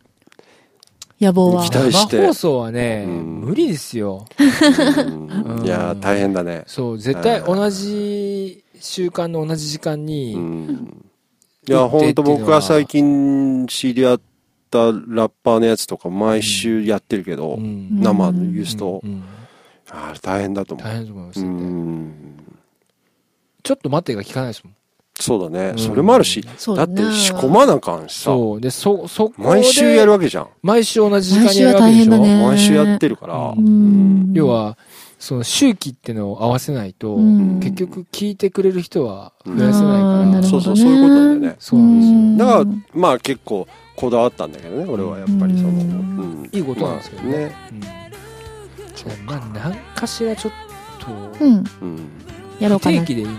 Speaker 2: 野望は
Speaker 3: 期。待して
Speaker 1: 生放送はね、
Speaker 3: うん
Speaker 1: 無理ですよ
Speaker 3: うんいやー、大変だね。
Speaker 1: そう絶対
Speaker 3: うん
Speaker 1: 同じ習慣の同じ時間に、
Speaker 3: うんい
Speaker 1: 打
Speaker 3: や、
Speaker 1: って
Speaker 3: ほんと
Speaker 1: っていうのは
Speaker 3: 僕は最近知り合ったラッパーのやつとか毎週やってるけど、
Speaker 1: ん
Speaker 3: 生のユースト
Speaker 1: う、んうん
Speaker 3: あれ大変だと思
Speaker 1: 大変だと思います
Speaker 3: う。う
Speaker 1: よね
Speaker 3: ん。
Speaker 1: ちょっと待ってが聞かないですもん
Speaker 3: そうだ
Speaker 1: うん
Speaker 3: ね。それもあるし、
Speaker 2: そう
Speaker 3: だ
Speaker 2: だ
Speaker 3: っ
Speaker 2: ね
Speaker 3: て仕込まなあかんしさ、
Speaker 1: そうでそそこで
Speaker 3: 毎週やるわけじゃん。
Speaker 1: 毎週同じ時間にやるわけでし
Speaker 2: 毎週は大変だ
Speaker 1: ょ、
Speaker 2: ね
Speaker 3: 毎週やってるから
Speaker 1: う、
Speaker 2: うん。
Speaker 1: 要はその周期っていうのを合わせないと、
Speaker 2: うん
Speaker 1: 結局聞いてくれる人は増
Speaker 3: ん
Speaker 1: やせないか
Speaker 2: あー
Speaker 1: ら、
Speaker 2: なる
Speaker 1: そ
Speaker 3: そ
Speaker 2: ほ
Speaker 3: うう
Speaker 2: どね
Speaker 3: そう、そういうことなんだよね。
Speaker 1: そうなんですよ、
Speaker 2: うん
Speaker 3: だから、まあ結構こだわったんだけどね、俺はやっぱりその、うん
Speaker 1: いいことなんですけど
Speaker 3: まあ
Speaker 1: ね,、
Speaker 3: ね。
Speaker 1: うんまあ何かしらちょっと
Speaker 2: うん。
Speaker 3: うん。
Speaker 2: やろう
Speaker 1: 不
Speaker 2: かな
Speaker 1: 定。期でいいんで、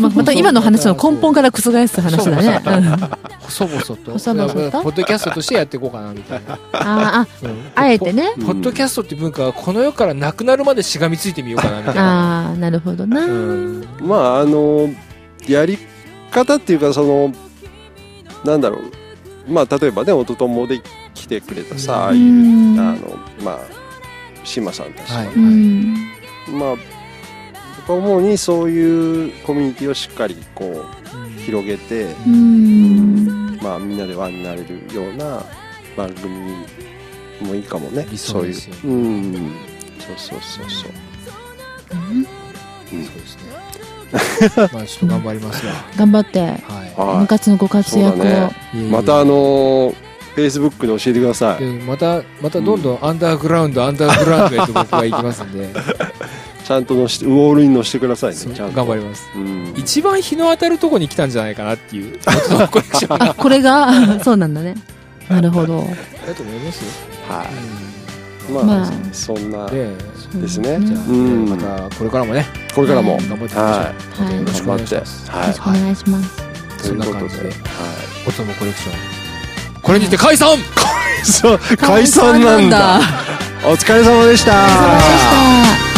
Speaker 2: ままた今の話の根本から覆す話だね。うん
Speaker 1: ら細々と
Speaker 2: 細々と
Speaker 1: だからポッドキャストとしてやっていこうかなみたいな、
Speaker 2: あー
Speaker 1: うん
Speaker 2: あ、あえてね。
Speaker 1: ポポッドキャストって文化がこの世からなくなるまでしがみついてみようかなみたいな、
Speaker 2: ああ、なるほどな。
Speaker 1: うん
Speaker 3: まああのやり方っていうかそのなんだろうまあ例えばねおとともで来てくれたさああいうう、
Speaker 2: ん
Speaker 3: あのまあ志麻さんたち、
Speaker 1: はい、
Speaker 2: うん。
Speaker 3: まあ僕は主にそういうコミュニティをしっかりこう広げて、
Speaker 2: うん。
Speaker 3: まあみんなで輪になれるような番組もいいかもね
Speaker 1: 理
Speaker 3: そ
Speaker 1: 想
Speaker 3: うい
Speaker 1: で
Speaker 3: う
Speaker 1: すよね
Speaker 3: うんそうそうそうそう
Speaker 2: うん
Speaker 3: うん
Speaker 1: そうですねまあちょっと頑張りますわ
Speaker 2: 頑張って、
Speaker 1: は
Speaker 3: は
Speaker 2: 部活のご活躍を、
Speaker 3: そうだね
Speaker 1: いいえいえ
Speaker 3: いまたあのー、Facebook で教えてください
Speaker 1: でまたまたどんどんアンダーグラウンド、アンダーグラウンドへと僕は行きますんで
Speaker 3: ちゃんとのしてウォールに載せてくださいね
Speaker 1: そう
Speaker 3: ちゃんと
Speaker 1: 頑張ります
Speaker 3: うん
Speaker 1: 一番日の当たるとこに来たんじゃないかなって いう僕のコレクション
Speaker 2: あこれがそうなんだねなるほど
Speaker 1: だと思いますよ、
Speaker 3: は
Speaker 1: う、
Speaker 3: いまあ、
Speaker 2: ま
Speaker 3: そんなん
Speaker 1: で
Speaker 3: ですね
Speaker 2: うん
Speaker 1: じゃあ、
Speaker 3: うん
Speaker 1: またこれからもね
Speaker 3: これからも
Speaker 1: 頑張っていきましょう、
Speaker 2: はい
Speaker 1: またよろしくお
Speaker 3: 頑
Speaker 1: 願
Speaker 3: 張
Speaker 1: い
Speaker 3: っ
Speaker 1: してます
Speaker 2: よろしくお
Speaker 3: は
Speaker 2: 願いします、
Speaker 3: い
Speaker 1: そんな感じ
Speaker 3: とい
Speaker 1: で
Speaker 3: うことはい
Speaker 1: おつもコレクションこれにて解散
Speaker 3: そう解散なんだお疲れ様でした
Speaker 2: お疲れ様でした